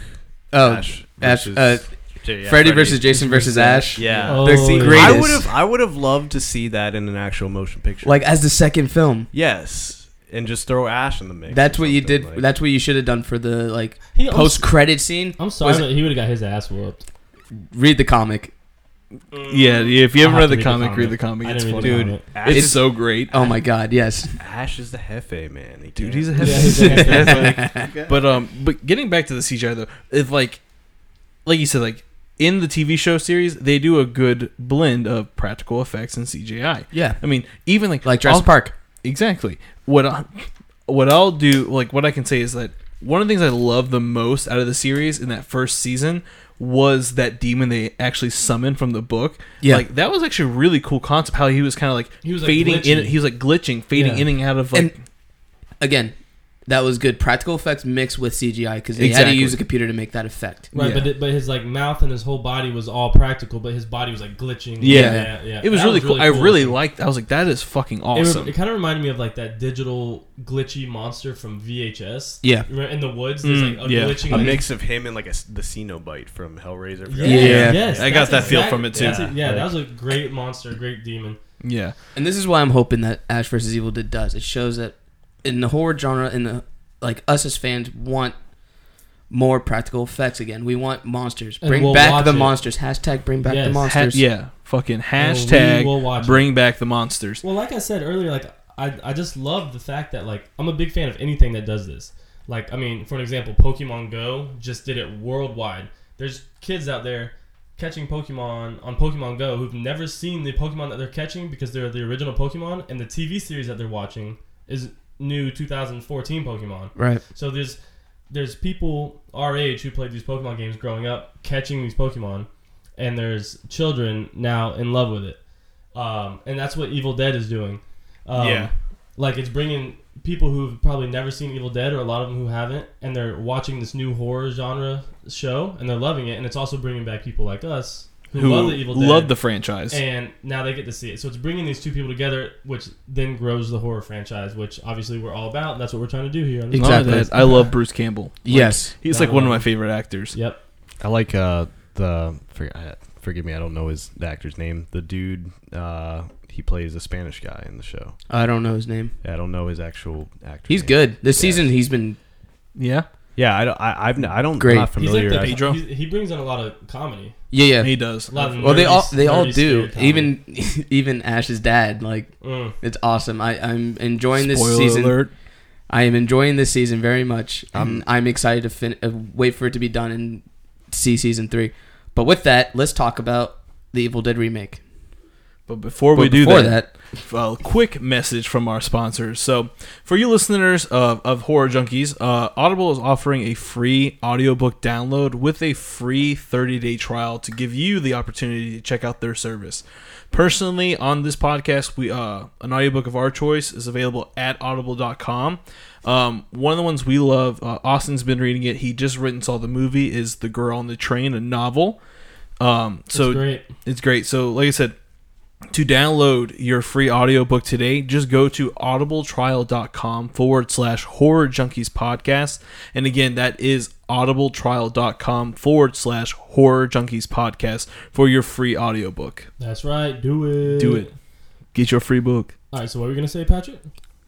S2: Oh, Ash- uh,
S3: Freddy,
S2: Freddy versus Jason versus Ash.
S3: Yeah.
S4: Oh,
S2: That's the
S4: yeah.
S2: greatest.
S3: I would have I would have loved to see that in an actual motion picture.
S2: Like as the second film.
S3: yes, and just throw Ash in the mix.
S2: That's
S3: or
S2: what you
S3: something,
S2: did.
S3: like-
S2: That's what you should have done for the like
S4: He- I'm s-
S2: post credit scene.
S4: I'm sorry,
S2: was-
S4: but he would have got his ass whooped.
S2: Read the comic.
S1: yeah, yeah, if you haven't
S4: I'll have
S1: read
S4: to
S1: the comic, read the comic.
S4: I
S1: Mm. It's
S4: didn't read
S1: funny.
S4: the
S1: Dude,
S4: comic.
S3: Ash,
S1: it's so great.
S2: Oh my god, yes.
S3: Ash is the hefe man. He
S1: Dude,
S3: can't-
S1: he's a
S4: Yeah, he's a
S1: heavy. but um, but getting back to the CGI though, if like, like you said, like in the TV show series, they do a good blend of practical effects and CGI.
S2: Yeah.
S1: I mean, even like
S2: Like Jurassic
S1: I'll-
S2: Park.
S1: Exactly. What I, what I'll do, like what I can say is that one of the things I love the most out of the series in that first season was that demon they actually summoned from the book.
S2: Yeah.
S1: Like that was actually a really cool concept how he was kind of like
S4: He was, like,
S1: fading in
S4: glitchy.
S1: he was like glitching, fading
S4: Yeah.
S1: in and out of like
S2: And- Again, that was good practical effects mixed with CGI because they had
S1: Exactly.
S2: to use a computer to make that effect.
S4: Right,
S1: Yeah.
S4: but it, but his like mouth and his whole body was all practical, but his body was like glitching.
S1: Yeah.
S4: yeah. yeah.
S1: it was
S4: That
S1: really cool. I
S4: to
S1: really
S4: see.
S1: liked I was like that is fucking
S4: It re-
S1: awesome.
S4: It, kind of reminded me of like that digital glitchy monster from VHS.
S2: Yeah.
S4: Remember in the woods, there's
S1: Mm,
S4: like a
S1: yeah.
S4: glitching.
S3: a
S4: like-
S3: mix of him and like a s- the Cenobite from Hellraiser. I forgot
S4: Yeah.
S3: his name.
S2: Yeah.
S4: Yes,
S1: I got
S4: that's
S1: that feel from it, too.
S4: that's it. yeah,
S1: Like-
S4: that was a great monster, great demon.
S1: yeah.
S2: And this is why I'm hoping that Ash vs. Evil Dead does. It shows that in the horror genre, in the like us as fans want more practical effects again. We want monsters.
S4: And
S2: Bring
S4: we'll
S2: back
S4: watch
S2: the
S4: it.
S2: monsters. Hashtag bring back
S4: Yes.
S2: the
S4: Ha-
S1: Ha-
S2: monsters.
S1: yeah, fucking
S4: And
S1: hashtag
S4: we will watch it.
S1: bring back the monsters.
S4: Well, like I said earlier, like I, I just love the fact that like I'm a big fan of anything that does this. Like I mean, for an example, Pokemon Go just did it worldwide. There's kids out there catching Pokemon on Pokemon Go who've never seen the Pokemon that they're catching because they're the original Pokemon, and the TV series that they're watching is new 2014 Pokemon.
S2: Right.
S4: So there's there's people our age who played these Pokemon games growing up, catching these Pokemon, and there's children now in love with it, um, and that's what Evil Dead is doing. Um,
S1: Yeah.
S4: like it's bringing people who've probably never seen Evil Dead, or a lot of them who haven't, and they're watching this new horror genre show, and they're loving it, and it's also bringing back people like us who,
S1: Who
S4: love the Evil Dead,
S1: love the franchise.
S4: and now they get to see it. So it's bringing these two people together, which then grows the horror franchise, which obviously we're all about. And that's what we're trying to do here. on this
S1: Not only
S2: Exactly.
S1: that, I love Bruce Campbell. Like,
S2: Yes.
S1: He's like one of my favorite actors.
S4: Yep.
S3: I like uh the forg- I- forgive me I don't know his the actor's name. The dude uh he plays a Spanish guy in the show.
S2: I don't know his name.
S3: I don't know his actual actor.
S2: He's
S3: name.
S2: good. This
S3: Yeah.
S2: season he's been
S1: Yeah.
S3: Yeah, I don't. I, I've n- I don't.
S2: Great.
S3: Not
S4: He's
S3: familiar.
S4: like the,
S3: I-
S1: Pedro.
S4: he's- he brings in a lot of comedy.
S2: yeah yeah.
S1: He does.
S4: A lot of
S2: Well, they
S4: nerdy-
S2: all they all
S4: nerdy
S2: do.
S4: scary comedy.
S2: Even even Ash's dad. Like
S4: Mm.
S2: it's awesome. I I'm enjoying this
S1: Spoiler
S2: season.
S1: alert. Mm.
S2: I am enjoying this season very much.
S3: Um,
S2: and I'm excited to fin- uh, wait for it to be done and see season three. But with that, let's talk about the Evil Dead remake.
S1: But before we
S2: But
S1: do
S2: before
S1: that, a quick message from our sponsors. So, for you listeners of, of Horror Junkies, uh, Audible is offering a free audiobook download with a free 30 day trial to give you the opportunity to check out their service. Personally, on this podcast, we uh, an audiobook of our choice is available at audible.com. Um, one of the ones we love, uh, Austin's been reading it. He just written saw the movie is The Girl on the Train, a novel. Um, so
S4: it's great.
S1: it's great. So, like I said, to download your free audiobook today, just go to audibletrial.com forward slash horror junkies podcast. And again, that is audibletrial.com forward slash horror junkies podcast for your free audiobook.
S4: That's right. Do it.
S1: Do it. Get your free book.
S4: All right. So what were you gonna say, Patrick?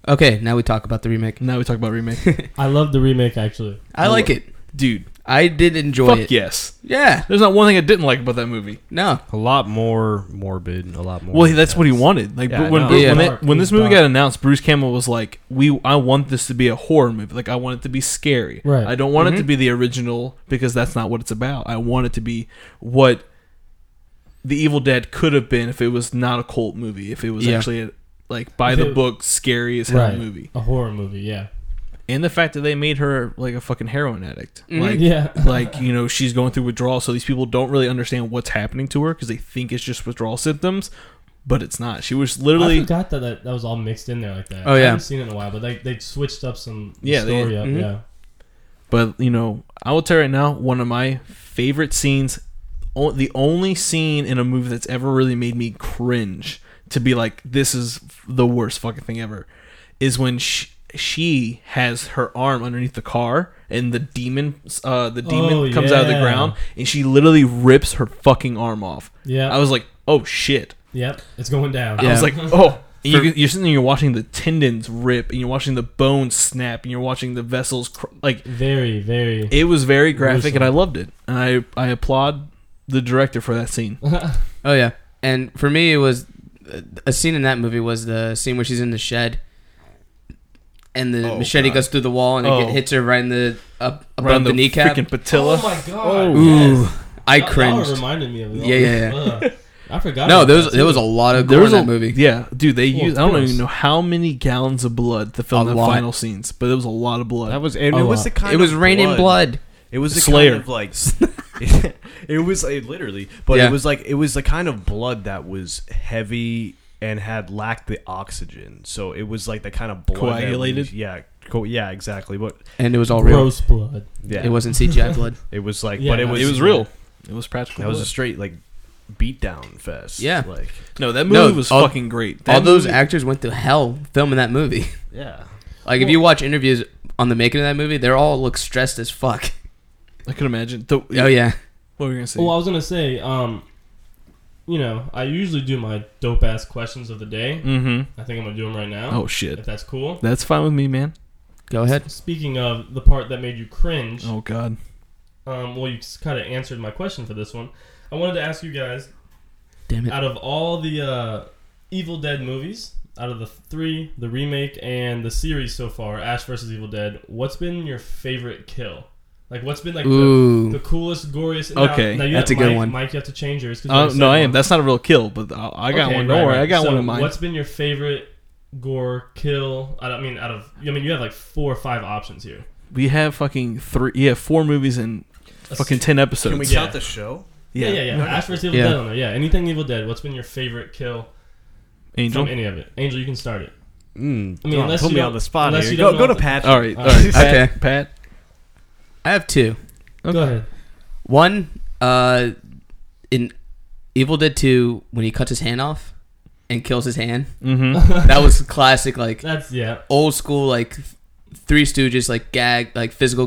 S2: Okay, now we talk about the remake.
S1: Now we talk about remake.
S4: I love the remake actually.
S2: I
S1: Oh,
S2: like it.
S1: Dude,
S2: I did enjoy
S1: fuck
S2: it.
S1: yes.
S2: Yeah.
S1: There's not one thing I didn't like about that movie.
S2: No.
S3: a lot more morbid. A lot more.
S1: Well, that's what he
S3: intense.
S1: wanted. Like
S3: Yeah, I
S1: when
S3: know.
S1: Bruce-
S2: Yeah.
S1: when, it-
S4: Dark.
S1: when this
S4: It was
S1: movie
S4: dark.
S1: got announced, Bruce Campbell was like, "We, I want this to be a horror movie. Like, I want it to be scary.
S4: Right.
S1: I don't want it to
S2: Mhm.
S1: be the original because that's not what it's about. I want it to be what the Evil Dead could have been if it was not a cult movie. If it was
S2: Yeah.
S1: actually a, like by
S4: If
S1: the
S4: it-
S1: book, scary as hell
S4: Right.
S1: movie.
S4: A horror movie. Yeah.
S1: And the fact that they made her like a fucking heroin addict.
S2: Mhm.
S1: Like,
S4: yeah.
S1: like you know she's going through withdrawal so these people don't really understand what's happening to her because they think it's just withdrawal symptoms but it's not she was
S4: I
S1: literally
S4: forgot that, that that was all mixed in there like that.
S2: Oh,
S4: I
S2: yeah.
S4: haven't seen it in a while, but they they switched up some the
S1: Yeah, they- mm-hmm.
S4: story up.
S2: mhm.
S4: Yeah.
S1: But you know, I will tell you right now, one of my favorite scenes, o- the only scene in a movie that's ever really made me cringe to be like, this is the worst fucking thing ever, is when she, she has her arm underneath the car and the demon, uh, the demon
S4: Oh,
S1: comes out of the
S4: yeah.
S1: ground and she literally rips her fucking arm off.
S4: Yeah.
S1: I was like, oh shit.
S4: Yep, it's going down.
S1: I was
S2: Yeah.
S1: like, oh. And you, you're sitting there, you're watching the tendons rip, and you're watching the bones snap, and you're watching the vessels. Cr- like
S4: very, very.
S1: it was very graphic,
S4: Gruesome.
S1: and I loved it. And I I applaud the director for that scene.
S2: Oh yeah, and for me it was a scene in that movie was the scene where she's in the shed, and the
S3: Oh,
S2: machete
S3: God.
S2: goes through the wall and it
S1: Oh.
S2: get, hits her right in the up above
S1: Around
S2: the, kneecap.
S1: freaking patella.
S4: Oh my god!
S1: Oh.
S2: Ooh,
S4: yes.
S2: I
S4: Y'all- y'all
S2: cringed.
S4: reminded me of that.
S2: Yeah, yeah, yeah.
S4: Ugh. I forgot.
S2: No,
S4: about
S2: there was
S4: that,
S2: there was a
S4: too.
S2: lot of gore in that movie.
S1: Yeah, dude, they
S4: Well,
S1: used.
S4: of
S1: I don't
S4: course.
S1: even know how many gallons of blood to film
S2: A
S1: the
S2: lot.
S1: final scenes, but it was a lot of blood.
S3: That was and
S4: A
S3: it was
S4: lot.
S3: the kind
S2: Oh, it was
S3: of
S2: raining blood.
S3: It was the
S1: Slayer.
S3: kind of like it was it literally, but
S2: Yeah.
S3: it was like it was the kind of blood that was heavy and had lacked the oxygen, so it was like the kind of blood that we-
S1: Coagulated?
S3: yeah, co- yeah, exactly. But
S2: and it was all real.
S4: gross blood.
S3: yeah,
S2: It wasn't CGI blood.
S3: It was like,
S4: Yeah,
S3: but it
S4: no,
S3: was
S1: it was real. It was practical.
S3: That was a
S1: blood.
S3: straight like beatdown fest.
S2: Yeah.
S3: like
S1: no, that
S2: No,
S1: movie was
S2: all-
S1: fucking great. That
S2: all those
S1: movie-
S2: actors went to hell filming that movie.
S3: yeah.
S2: Like if you watch interviews on the making of that movie, they all look stressed as fuck.
S1: I could imagine. The,
S2: Oh yeah,
S1: what were you gonna say?
S4: Well, I was gonna say, um, you know, I usually do my dope ass questions of the day.
S1: mm-hmm.
S4: I think I'm gonna do them right now.
S1: Oh shit,
S4: if that's cool.
S1: that's fine with me, man.
S2: go ahead.
S4: Speaking of the part that made you cringe,
S1: Oh god.
S4: um, well, you kind of answered my question for this one. I wanted to ask you guys,
S2: Damn it.
S4: out of all the uh, Evil Dead movies, out of the three, the remake and the series so far, Ash versus Evil Dead, what's been your favorite kill? Like, what's been like the,
S2: Ooh,
S4: the coolest, goriest?
S1: Okay,
S4: now, now you
S2: that's
S4: have
S2: a good
S4: Mike,
S2: one.
S4: Mike, you have to change yours. 'cause you
S1: Uh,
S4: already
S1: no,
S4: said
S1: I am.
S4: one.
S1: That's not a real kill, but I, I got
S4: Okay,
S1: one. Don't
S4: right,
S1: worry,
S4: right.
S1: I got
S4: So
S1: one in mind.
S4: What's been your favorite gore kill? I don't- I mean, out of I mean, you have like four or five options here.
S1: We have fucking three. Yeah, four movies in fucking ten episodes.
S4: we- count the
S3: show?
S4: Yeah, yeah, yeah. Ash vs Evil
S2: Yeah.
S4: Dead on there. Yeah, anything Evil Dead. What's been your favorite kill
S1: Angel.
S4: from any of it? Angel, you can start it.
S3: Mm,
S4: I mean, unless
S3: put
S4: you
S3: me
S4: don't-
S3: on the spot.
S4: unless
S3: Here.
S4: you
S3: Go,
S4: don't
S3: go
S4: know
S3: to
S4: the-
S3: Pat.
S1: All right, all
S4: All
S1: right.
S4: right.
S1: Pat,
S2: Okay.
S1: Pat.
S2: I have two.
S4: Go ahead.
S2: One, uh, in Evil Dead Two, when he cuts his hand off and kills his hand,
S1: Mm-hmm.
S2: that was classic, like
S4: That's yeah.
S2: old school, like Three Stooges, like gag, like physical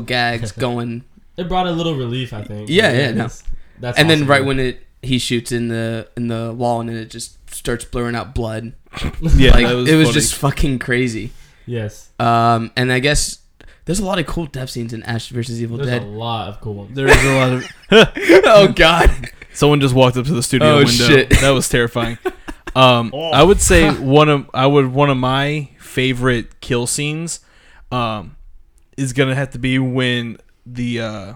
S2: gags going.
S4: It brought a little relief, I think.
S2: Yeah, yeah, no.
S4: That's, that's
S2: and then
S4: awesome.
S2: right when it he shoots in the in the wall and then it just starts blurring out blood.
S1: Yeah,
S2: like
S1: that was
S2: it was
S1: funny.
S2: just fucking crazy.
S4: yes,
S2: Um, and I guess there's a lot of cool death scenes in Ash versus Evil
S4: there's a
S2: Dead.
S4: lot of cool ones.
S1: there was a lot of
S2: oh God,
S1: someone just walked up to the studio
S2: Oh,
S1: window.
S2: shit.
S1: That was terrifying. Um, I would say one of I would one of my favorite kill scenes um, is gonna have to be when the uh,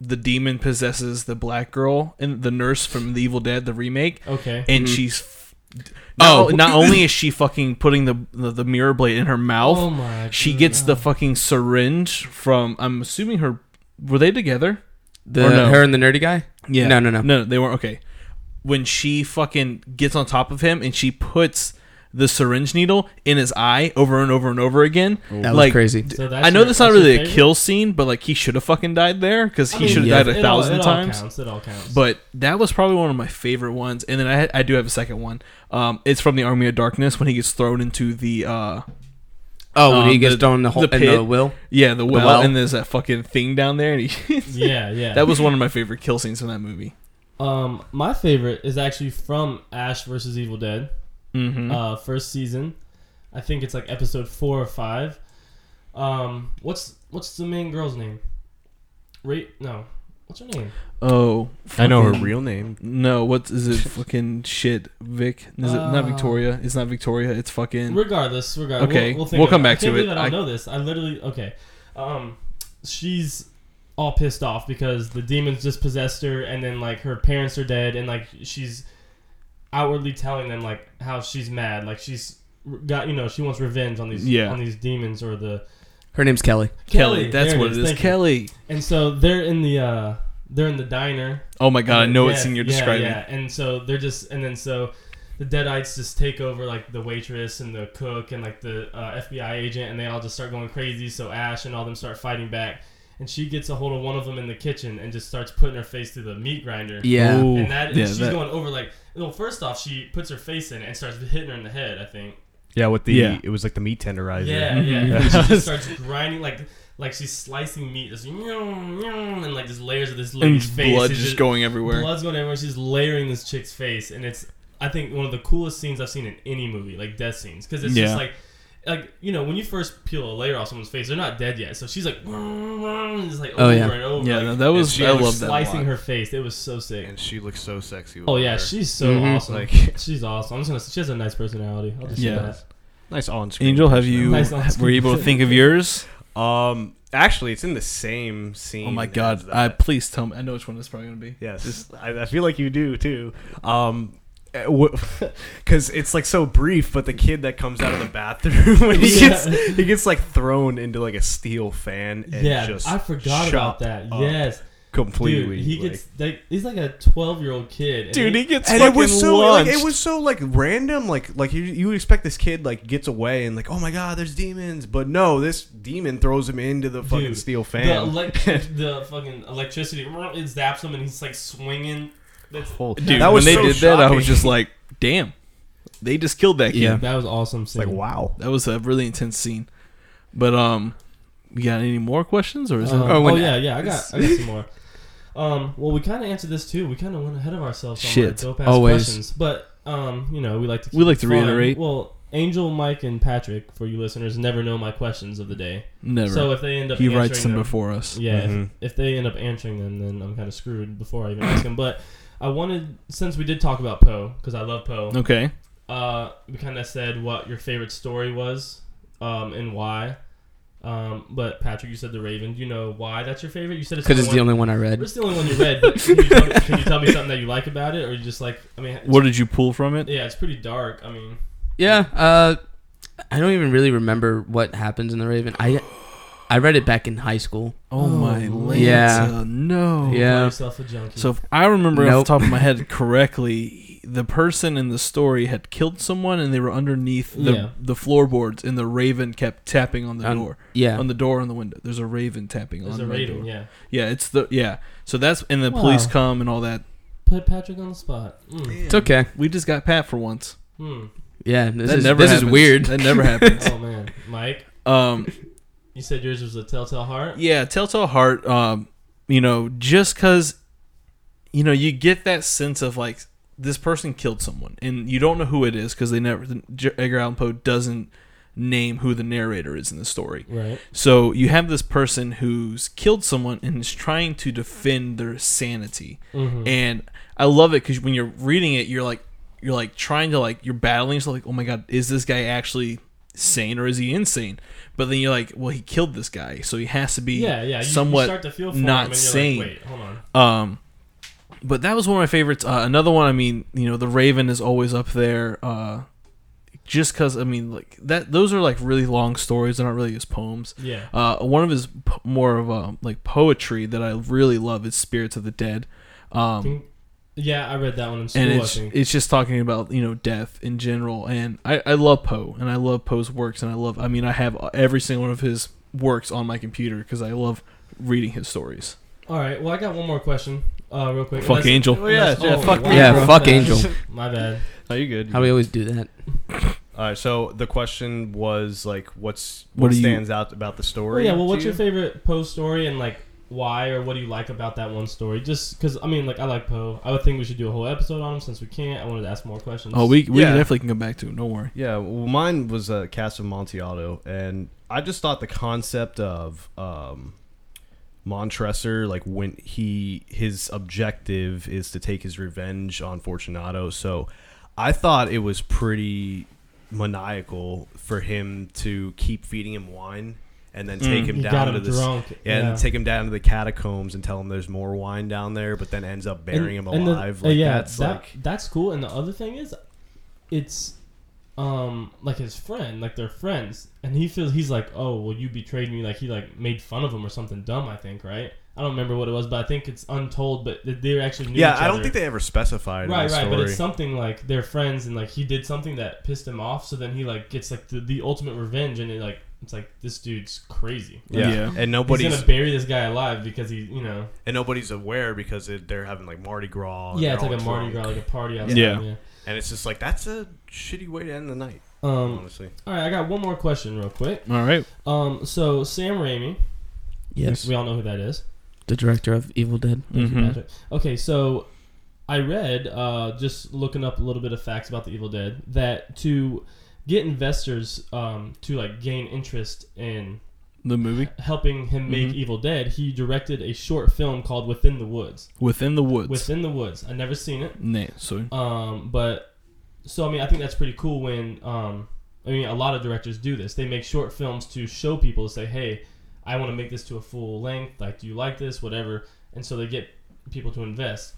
S1: the demon possesses the black girl and the nurse from the Evil Dead the remake.
S4: Okay.
S1: and she's f- not,
S2: Mm-hmm. Oh.
S1: oh, not only is she fucking putting the the, the mirror blade in her mouth,
S4: oh my.
S1: she gets the
S4: God.
S1: fucking syringe from. I'm assuming her. Were they together?
S2: the
S1: Or no.
S2: her and the nerdy guy.
S1: Yeah.
S2: No, no, no.
S1: No, they weren't. Okay. When she fucking gets on top of him and she puts the syringe needle in his eye over and over and over again,
S2: That was
S1: like,
S2: crazy.
S4: So that's
S1: I know
S4: your-
S1: that's not
S4: your
S1: really a
S4: favorite?
S1: kill scene, but like he should have fucking died there because
S4: I
S1: he
S4: mean,
S1: should have
S2: yeah.
S1: died a
S4: it all-
S1: thousand
S4: it all
S1: times.
S4: counts, It all counts.
S1: But that was probably one of my favorite ones. And then I had, I do have a second one. Um, it's from the Army of Darkness when he gets thrown into the uh,
S2: Oh, when
S1: Um,
S2: he gets
S1: the-
S2: thrown in the hole
S1: the
S2: in the
S1: pit.
S2: will.
S1: yeah the well,
S2: well.
S1: and there's that fucking thing down there. And he,
S4: yeah, yeah.
S1: that was one of my favorite kill scenes from that movie.
S4: um, my favorite is actually from Ash versus Evil Dead.
S1: Mm-hmm.
S4: uh, first season. I think it's like episode four or five. Um, what's what's the main girl's name? Rate no, what's her name?
S1: oh,
S3: I know her
S1: fucking-
S3: real name.
S1: No, what is it? fucking shit, Vic. Is it not
S4: Uh,
S1: Victoria? It's not Victoria. It's fucking.
S4: Regardless, regardless.
S1: Okay,
S4: we'll, think
S1: we'll
S4: about
S1: come
S4: it.
S1: back
S4: I can't
S1: to it.
S4: believe I
S1: I-
S4: don't know this. I literally okay. Um, she's all pissed off because the demons just possessed her, and then like her parents are dead, and like she's outwardly telling them like how she's mad, like she's got you know she wants revenge on these
S1: Yeah.
S4: on these demons or the
S2: Her name's Kelly.
S1: Kelly, that's
S4: there
S1: what it is.
S4: Thank you.
S1: Kelly.
S4: And so they're in the uh they're in the diner.
S1: Oh my god, I know what
S4: Yeah,
S1: scene you're
S4: yeah,
S1: describing.
S4: Yeah, and so they're just and then so the Deadites just take over like the waitress and the cook and like the uh, FBI agent, and they all just start going crazy. So Ash and all them start fighting back, and she gets a hold of one of them in the kitchen and just starts putting her face through the meat grinder.
S2: Yeah.
S1: Ooh,
S4: And that and
S1: yeah,
S4: she's
S1: that-
S4: going over like well, first off, she puts her face in it and starts hitting her in the head. I think.
S3: Yeah, with the
S1: Yeah.
S3: it was like the meat tenderizer.
S4: Yeah,
S1: Mhm.
S4: yeah.
S1: Yeah.
S4: And she just starts grinding like like she's slicing meat, just yum, yum, and like just layers of this
S1: and
S4: lady's face.
S1: blood
S4: It's
S1: just going everywhere.
S4: Blood's going everywhere. She's layering this chick's face, and it's I think one of the coolest scenes I've seen in any movie, like death scenes, because it's
S1: Yeah.
S4: just like. Like you know, when you first peel a layer off someone's face, they're not dead yet. So she's like, and just like over
S2: Oh, yeah.
S4: and over.
S1: Yeah,
S4: like,
S1: no, that was-
S4: and she
S1: I
S4: was
S1: love that a
S4: slicing
S1: lot.
S4: her face. It was so sick.
S3: and she looks so sexy. with
S4: Oh yeah,
S3: her.
S4: she's so
S1: Mm-hmm.
S2: Mhm.
S4: awesome.
S3: Like-
S4: she's awesome. I'm just gonna. She has a nice personality. I'll just
S1: Yeah.
S4: say that.
S3: nice on screen.
S1: Angel, have you
S4: Nice last
S1: were you able to
S4: question.
S1: think of yours?
S3: Um, actually, it's in the same scene.
S1: Oh my
S3: as
S1: god!
S3: that.
S1: I please tell me. I know which one it's probably gonna be.
S3: Yes, I, I feel like you do too. Um, because it's like so brief, but the kid that comes out of the bathroom when he
S4: Yeah.
S3: gets he gets like thrown into like a steel fan and
S4: yeah,
S3: just
S4: I forgot about
S3: shot
S4: that.
S3: up
S4: Yes,
S3: completely.
S4: dude, he
S3: like-
S4: gets like he's like a twelve year old kid. and
S1: Dude,
S4: he-
S1: he gets
S3: and it
S1: fucking
S3: was so like,
S1: launched.
S3: it was so like random like like you you would expect this kid like gets away and like oh my god there's demons but no this demon throws him into the fucking
S4: Dude,
S3: steel
S4: the,
S3: fan
S4: elec- the fucking electricity it zaps him and he's like swinging. That's,
S3: Holy-
S1: Dude,
S3: that was
S1: when they
S3: so
S1: did that, I was
S3: shocking.
S1: just like, damn, they just killed that kid.
S2: Yeah.
S4: that was awesome.
S3: It's like
S4: scene.
S3: wow
S1: That was a really intense scene. But um, you got any more questions or is
S4: Um,
S1: that?
S4: oh,
S2: when-
S4: yeah, yeah. I got I got some more. Um, well, we kind of answered this too. We kind of went ahead of ourselves. On
S1: Shit,
S4: our dope ass
S2: always.
S4: Questions, but um, you know, we like to. Keep
S1: We like
S4: it
S1: to
S4: fun.
S1: reiterate.
S4: Well, Angel, Mike, and Patrick, for you listeners, never know my questions of the day.
S1: Never.
S4: So uh, if they end up
S1: he
S4: answering
S1: writes them
S4: them
S1: before us.
S4: Yeah, if-
S2: Mm-hmm.
S3: Mhm.
S4: if, they end up answering them, then I'm kind of screwed before I even ask them. But I wanted, since we did talk about Poe, because I love Poe,
S1: Okay.
S4: uh, we kind of said what your favorite story was um, and why. Um, but Patrick, you said The Raven. Do you know why that's your favorite? You said it's
S2: Because it's the
S4: one-
S2: only one I read.
S4: It's the only one you read. But can, you tell me, can you tell me something that you like about it, or you just like? I mean, it's-
S1: What did you pull from it?
S4: Yeah, it's pretty dark. I mean,
S2: Yeah. Uh, I don't even really remember what happens in the Raven. I I read it back in high school.
S1: Oh, my Lanta,
S2: Yeah.
S1: no.
S2: Yeah.
S4: call yourself a junkie.
S1: So if I remember
S2: Nope.
S1: off the top of my head correctly, the person in the story had killed someone and they were underneath the,
S4: Yeah.
S1: the floorboards and the raven kept tapping on the
S2: On-
S1: door.
S2: Um,
S4: Oh,
S2: Yeah.
S1: On the door on the window. There's a raven tapping
S4: there's
S1: on
S4: a
S1: the
S4: Raven.
S1: door.
S4: Yeah,
S1: Yeah, it's the yeah. So that's and the police
S4: Wow.
S1: come and all that.
S4: put Patrick on the spot. Mm.
S2: it's okay.
S1: We just got Pat for once.
S4: Hmm.
S2: Yeah. This
S1: that
S2: is
S1: never
S2: this
S1: happens.
S2: is weird.
S1: That never happens.
S4: Oh man, Mike.
S1: um
S4: You said yours was a Telltale Heart.
S1: Yeah, Telltale Heart. Um, you know, just because, you know, you get that sense of like this person killed someone, and you don't know who it is because they never J- Edgar Allan Poe doesn't name who the narrator is in the story.
S4: Right.
S1: So you have this person who's killed someone and is trying to defend their sanity,
S4: Mm-hmm.
S1: and I love it because when you're reading it, you're like you're like trying to like you're battling. So like, oh my god, is this guy actually? sane or is he insane but then you're like well he killed this guy so he has to be
S4: yeah, yeah. You,
S1: somewhat
S4: you start to feel for
S1: not
S4: him and you're
S1: sane.
S4: Like, Wait, hold on.
S1: Um, but that was one of my favorites. Uh, another one, I mean, you know, the Raven is always up there. Uh, just because, I mean, like that. Those are like really long stories. They're not really his poems.
S4: Yeah.
S1: Uh, one of his p- more of um, like poetry that I really love is "Spirits of the Dead," um,
S4: Think- yeah, I read that one in school.
S1: and
S4: I
S1: it's
S4: think.
S1: it's just talking about you know death in general. And I, I love Poe, and I love Poe's works, and I love. I mean, I have every single one of his works on my computer because I love reading his stories.
S4: All right. Well, I got one more question, uh, real quick.
S1: Fuck Angel.
S4: well, yeah,
S3: Yeah,
S4: oh,
S3: fuck
S4: wow,
S2: Yeah,
S4: bro. My
S2: fuck
S4: bad.
S2: Angel.
S4: My bad.
S3: are you good
S2: How do we always do that?
S3: all right so the question was like what's
S1: What
S3: what,
S1: do you-
S3: stands out about the
S4: Well,
S3: story
S4: yeah. Well, what's
S3: to
S4: your favorite Poe story and like why or what do you like about that one story? Just because I mean, like I like Poe. I would think we should do a whole episode on him since we can't. I wanted to ask more questions.
S1: Oh, we, we
S3: Yeah.
S1: definitely can come back to. Him, don't worry.
S3: Yeah, well, mine was uh, Cast of Montiato, and I just thought the concept of um, Montresor, like when he his objective is to take his revenge on Fortunato, so I thought it was pretty maniacal for him to keep feeding him wine and then take
S1: Mm.
S3: him
S4: You
S3: down
S4: got
S3: to
S4: him
S3: the s-
S4: drunk.
S3: yeah, and
S4: yeah.
S3: then take him down to the catacombs and tell him there's more wine down there, but then ends up burying him
S4: the-
S3: alive.
S4: uh,
S3: like
S4: yeah,
S3: that's
S4: that-
S3: like
S4: that's cool. And the other thing is, it's um like his friend, like they're friends, and he feels he's like, oh well, you betrayed me. Like he like made fun of him or something dumb. I think right. I don't remember what it was, but I think it's untold. But th- they actually knew
S3: yeah,
S4: each
S3: I don't
S4: other.
S3: think they ever specified.
S4: right,
S3: in the
S4: right.
S3: story.
S4: But it's something like they're friends, and like he did something that pissed him off. So then he like gets like the, the ultimate revenge, and it like it's like this dude's crazy.
S3: yeah.
S1: Yeah.
S3: and
S4: He's
S3: nobody's
S4: gonna bury this guy alive because he, you know,
S3: and nobody's aware because it, they're having like Mardi Gras. and
S4: yeah,
S3: Oh, they're
S4: it's like
S3: all
S4: a Mardi
S3: drunk.
S4: Gras, like a party outside.
S1: Yeah.
S3: and it's just like that's a shitty way to end the night.
S4: Um.
S3: Honestly,
S4: All right, I got one more question, real quick.
S1: All right.
S4: Um. So Sam Raimi,
S2: Yes,
S4: we all know who that is.
S2: the director of Evil Dead.
S4: Thank you,
S1: Mhm.
S4: Patrick. Okay, so I read, uh, just looking up a little bit of facts about the Evil Dead, that to get investors um, to like gain interest in
S1: The movie
S4: helping him make
S1: Mhm.
S4: Evil Dead, he directed a short film called Within the Woods.
S1: Within the Woods.
S4: Within the Woods. I never seen it,
S1: Nah, so
S4: um, but so I mean, I think that's pretty cool when um, I mean, a lot of directors do this. They make short films to show people, say, hey, I want to make this to a full length. Like, do you like this? Whatever. And so they get people to invest.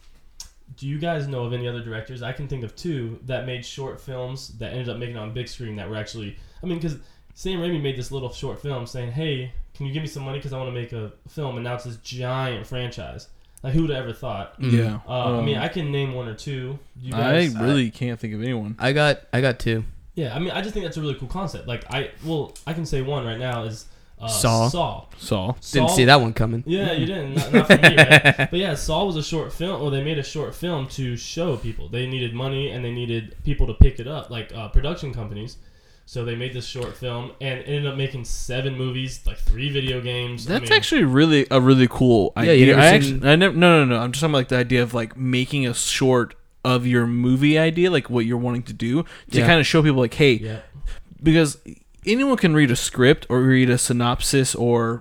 S4: Do you guys know of any other directors? I can think of two that made short films that ended up making it on big screen that were actually. I mean, because Sam Raimi made this little short film saying, hey, can you give me some money? Because I want to make a film. And now it's this giant franchise. Like, who would have ever thought?
S2: Mhm.
S1: yeah.
S4: Uh, I
S1: Um,
S4: mean, I can name one or two. You
S1: I
S4: guys, uh,
S1: really can't think of anyone.
S2: I got I got two.
S4: yeah, I mean, I just think that's a really cool concept. Like, I well, I can say one right now is uh,
S2: Saw.
S4: Saw.
S1: Saw.
S2: Didn't
S4: Saw-
S2: see that one coming.
S4: Yeah, you didn't. Not, not for me. Right? But yeah, Saw was a short film, or they made a short film to show people. They needed money and they needed people to pick it up, like uh, production companies. So they made this short film and it ended up making seven movies, like three video games. I
S1: That's
S4: mean,
S1: actually really a really cool
S2: Yeah, you
S1: idea.
S2: never
S1: I
S2: seen-
S1: actually, I never, no, no, no. I'm just talking about, like the idea of like making a short of your movie idea, like what you're wanting to do, to
S2: Yeah.
S1: kind of show people like, hey,
S4: Yeah.
S1: because anyone can read a script or read a synopsis or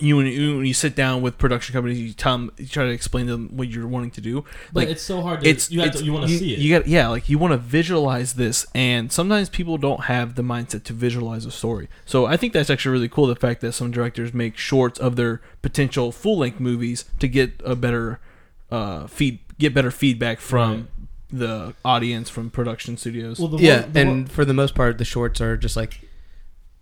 S1: you when you, when you sit down with production companies, you tell 'em- you try to explain to them what you're wanting to do.
S4: But
S1: Like
S4: it's so hard to.
S1: it's
S4: you have
S1: it's-
S4: to, you want to
S1: you,
S4: see it.
S1: You got yeah, like you want to visualize this, and sometimes people don't have the mindset to visualize a story. So I think that's actually really cool. The fact that some directors make shorts of their potential full length movies to get a better uh, feed, get better feedback from
S4: Right.
S1: the audience from production studios.
S4: well, the
S2: yeah,
S4: one, the
S2: and
S4: one-
S2: for the most part, the shorts are just like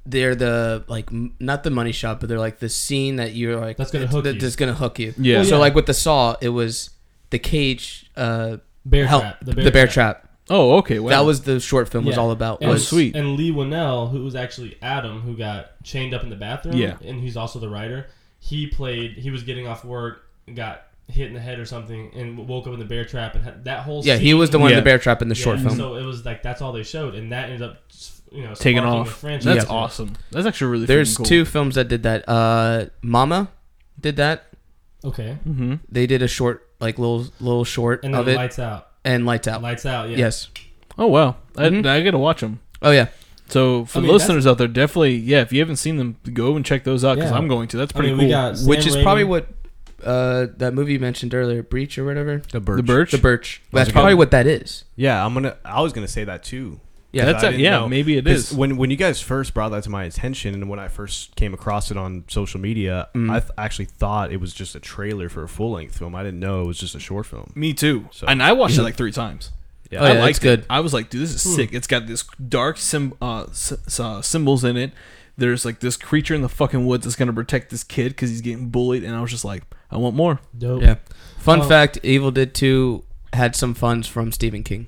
S2: they're the like m- not the money shot, but they're like the scene that you're like
S4: That's gonna hook
S2: that-
S4: you.
S2: That's gonna hook you.
S1: Yeah. Well,
S2: So
S4: yeah.
S2: like with the saw, it was the cage. Uh,
S4: bear
S2: help
S4: trap,
S2: the bear trap.
S1: oh, okay, wow.
S2: That was the short film was
S4: Yeah.
S2: all about.
S1: Oh,
S4: And,
S2: was
S1: sweet.
S4: And Lee Winnell, who was actually Adam, who got chained up in the bathroom,
S1: Yeah.
S4: and he's also the writer. He played. He was getting off work, got hit in the head or something, and woke up in the bear trap. And had, that whole
S2: Yeah, he
S4: scene-
S2: was the one in
S1: Yeah.
S2: the bear trap in the
S4: Yeah,
S2: short
S4: and
S2: film.
S4: So it was like that's all they showed, and that ended up you know
S1: taken
S4: sparking a
S1: off.
S4: franchise.
S1: That's
S2: Yeah.
S1: awesome. That's actually really
S2: There's
S1: freaking cool.
S2: two films that did that. Uh, Mama did that.
S4: Okay,
S1: Mm-hmm.
S2: They did a short, like little little short
S4: and
S2: of
S4: then
S2: it,
S4: lights out.
S2: and Lights Out.
S4: Lights out. Yeah.
S2: Yes.
S1: Oh wow, I,
S2: Mhm.
S1: I gotta watch them.
S2: Oh yeah.
S1: So for
S4: I
S1: the
S4: mean,
S1: listeners out there, definitely yeah. If you haven't seen them, go and check those out because
S4: Yeah.
S1: I'm going to. That's
S4: I
S1: pretty
S4: mean,
S1: cool.
S4: we got Sam
S2: Which is probably
S4: Raimi.
S2: what uh, that movie you mentioned earlier, Breach or whatever.
S3: The bird.
S1: The birch.
S2: The Birch. That's
S3: Okay.
S2: probably what that is.
S3: Yeah, I'm gonna. I was gonna say that too.
S2: Yeah.
S3: That-
S1: that's
S3: I
S1: a,
S3: didn't
S1: yeah.
S3: know.
S1: Maybe it
S3: 'Cause
S1: is.
S3: When when you guys first brought that to my attention, and when I first came across it on social media,
S1: Mm-hmm.
S2: Mm.
S3: I th- actually thought it was just a trailer for a full length film. I didn't know it was just a short film.
S1: Me too.
S3: So-
S1: And I watched
S2: Yeah.
S1: it like three times.
S3: Yeah.
S2: oh
S1: I
S2: yeah, that's
S1: liked
S2: good.
S1: I was like, dude, this is
S4: Hmm.
S1: sick. It's got this dark sim- uh, s- s- uh, symbols in it. There's like this creature in the fucking woods that's gonna protect this kid because he's getting bullied, and I was just like, I want more.
S4: Dope.
S2: Yeah. Fun
S4: Um,
S2: fact: Evil Dead Two had some funds from Stephen King.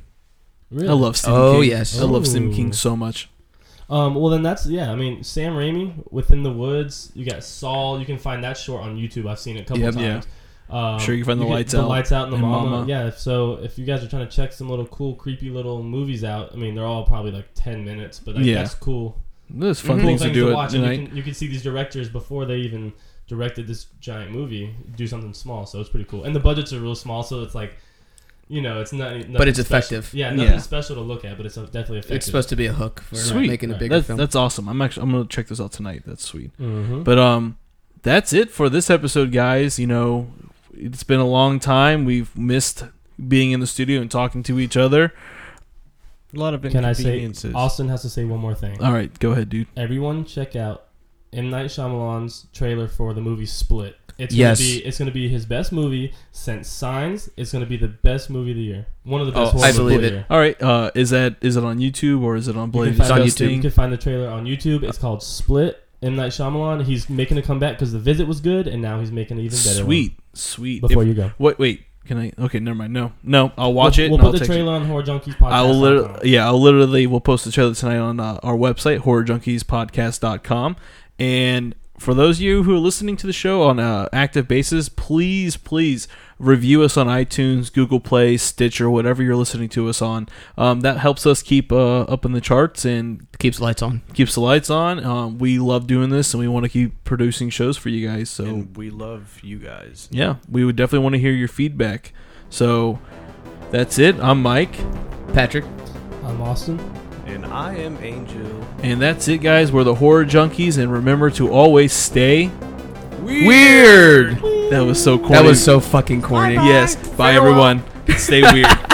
S4: Really?
S1: I love Stephen
S2: Oh,
S1: King.
S2: yes.
S1: I love Stephen
S4: Ooh.
S1: King so much.
S4: Um, well, then that's yeah. I mean, Sam Raimi within the woods. You got Saul. You can find that short on YouTube. I've seen it a couple
S1: Yep,
S4: times. Um,
S1: Sure, you can find The Lights
S4: the
S1: Out
S4: lights out, and the
S1: and
S4: mama.
S1: Mama.
S4: Yeah. if- So if you guys are trying to check some little cool, creepy little movies out, I mean, they're all probably like ten minutes, but like,
S1: Yeah.
S4: that's cool.
S1: There's fun
S2: Mhm.
S4: Cool
S1: things to do at
S4: watch. and you
S1: night.
S4: can you can see these directors before they even directed this giant movie do something small. So it's pretty cool. And the budgets are real small, so it's like, you know, it's not. Nothing
S2: But it's
S4: special-
S2: effective.
S4: Yeah, nothing
S1: Yeah.
S4: special to look at, but it's definitely effective.
S2: It's supposed to be a hook for
S1: Sweet.
S2: making a
S4: Right.
S2: bigger
S1: That's,
S2: film.
S1: that's awesome. I'm actually I'm gonna check this out tonight. That's sweet.
S4: Mhm.
S1: But um, that's it for this episode, guys. You know, it's been a long time. We've missed being in the studio and talking to each other.
S3: A lot of
S4: Can I say
S3: inconveniences.
S4: Austin has to say one more thing.
S1: All right, go ahead, dude.
S4: everyone check out M Night Shyamalan's trailer for the movie Split. It's
S2: Yes.
S4: gonna be it's gonna be his best movie since Signs. It's gonna be the best movie of the year. One of the best.
S2: Oh,
S4: horror
S2: I
S4: movies of
S2: believe
S4: the
S2: it.
S4: year.
S1: All right, uh, is that is it on YouTube or is it on
S4: You
S1: Blade
S4: can find
S2: on
S4: it-
S1: Disgusting?
S4: You can find the trailer on YouTube. It's called Split. M Night Shyamalan. He's making a comeback because The Visit was good, and now he's making an even better. one.
S1: Sweet, sweet.
S4: Before
S1: If-
S4: you go,
S1: Wait, wait. Can I? Okay, never mind. No, no. I'll watch
S4: we'll,
S1: it.
S4: We'll
S1: and
S4: put
S1: I'll
S4: the
S1: text you.
S4: trailer on Horror Junkies podcast.
S1: I'll literally, yeah, I'll literally, we'll post the trailer tonight on uh, our website, horrorjunkiespodcast.com. And for those of you who are listening to the show on an active basis, please, please review us on iTunes, Google Play, Stitcher, whatever you're listening to us on. Um, that helps us keep uh, up in the charts and
S2: Keeps the lights on.
S1: keeps the lights on. Um, we love doing this and we want to keep producing shows for you guys. So,
S3: And we love you guys.
S1: yeah, we would definitely want to hear your feedback. So, that's it. I'm Mike.
S2: Patrick,
S4: I'm Austin.
S3: And I am Angel.
S1: And that's it, guys. We're the horror junkies, and remember to always stay.
S2: weird.
S1: That was so corny.
S2: That was so fucking corny.
S1: Yes. Bye, everyone. Stay weird.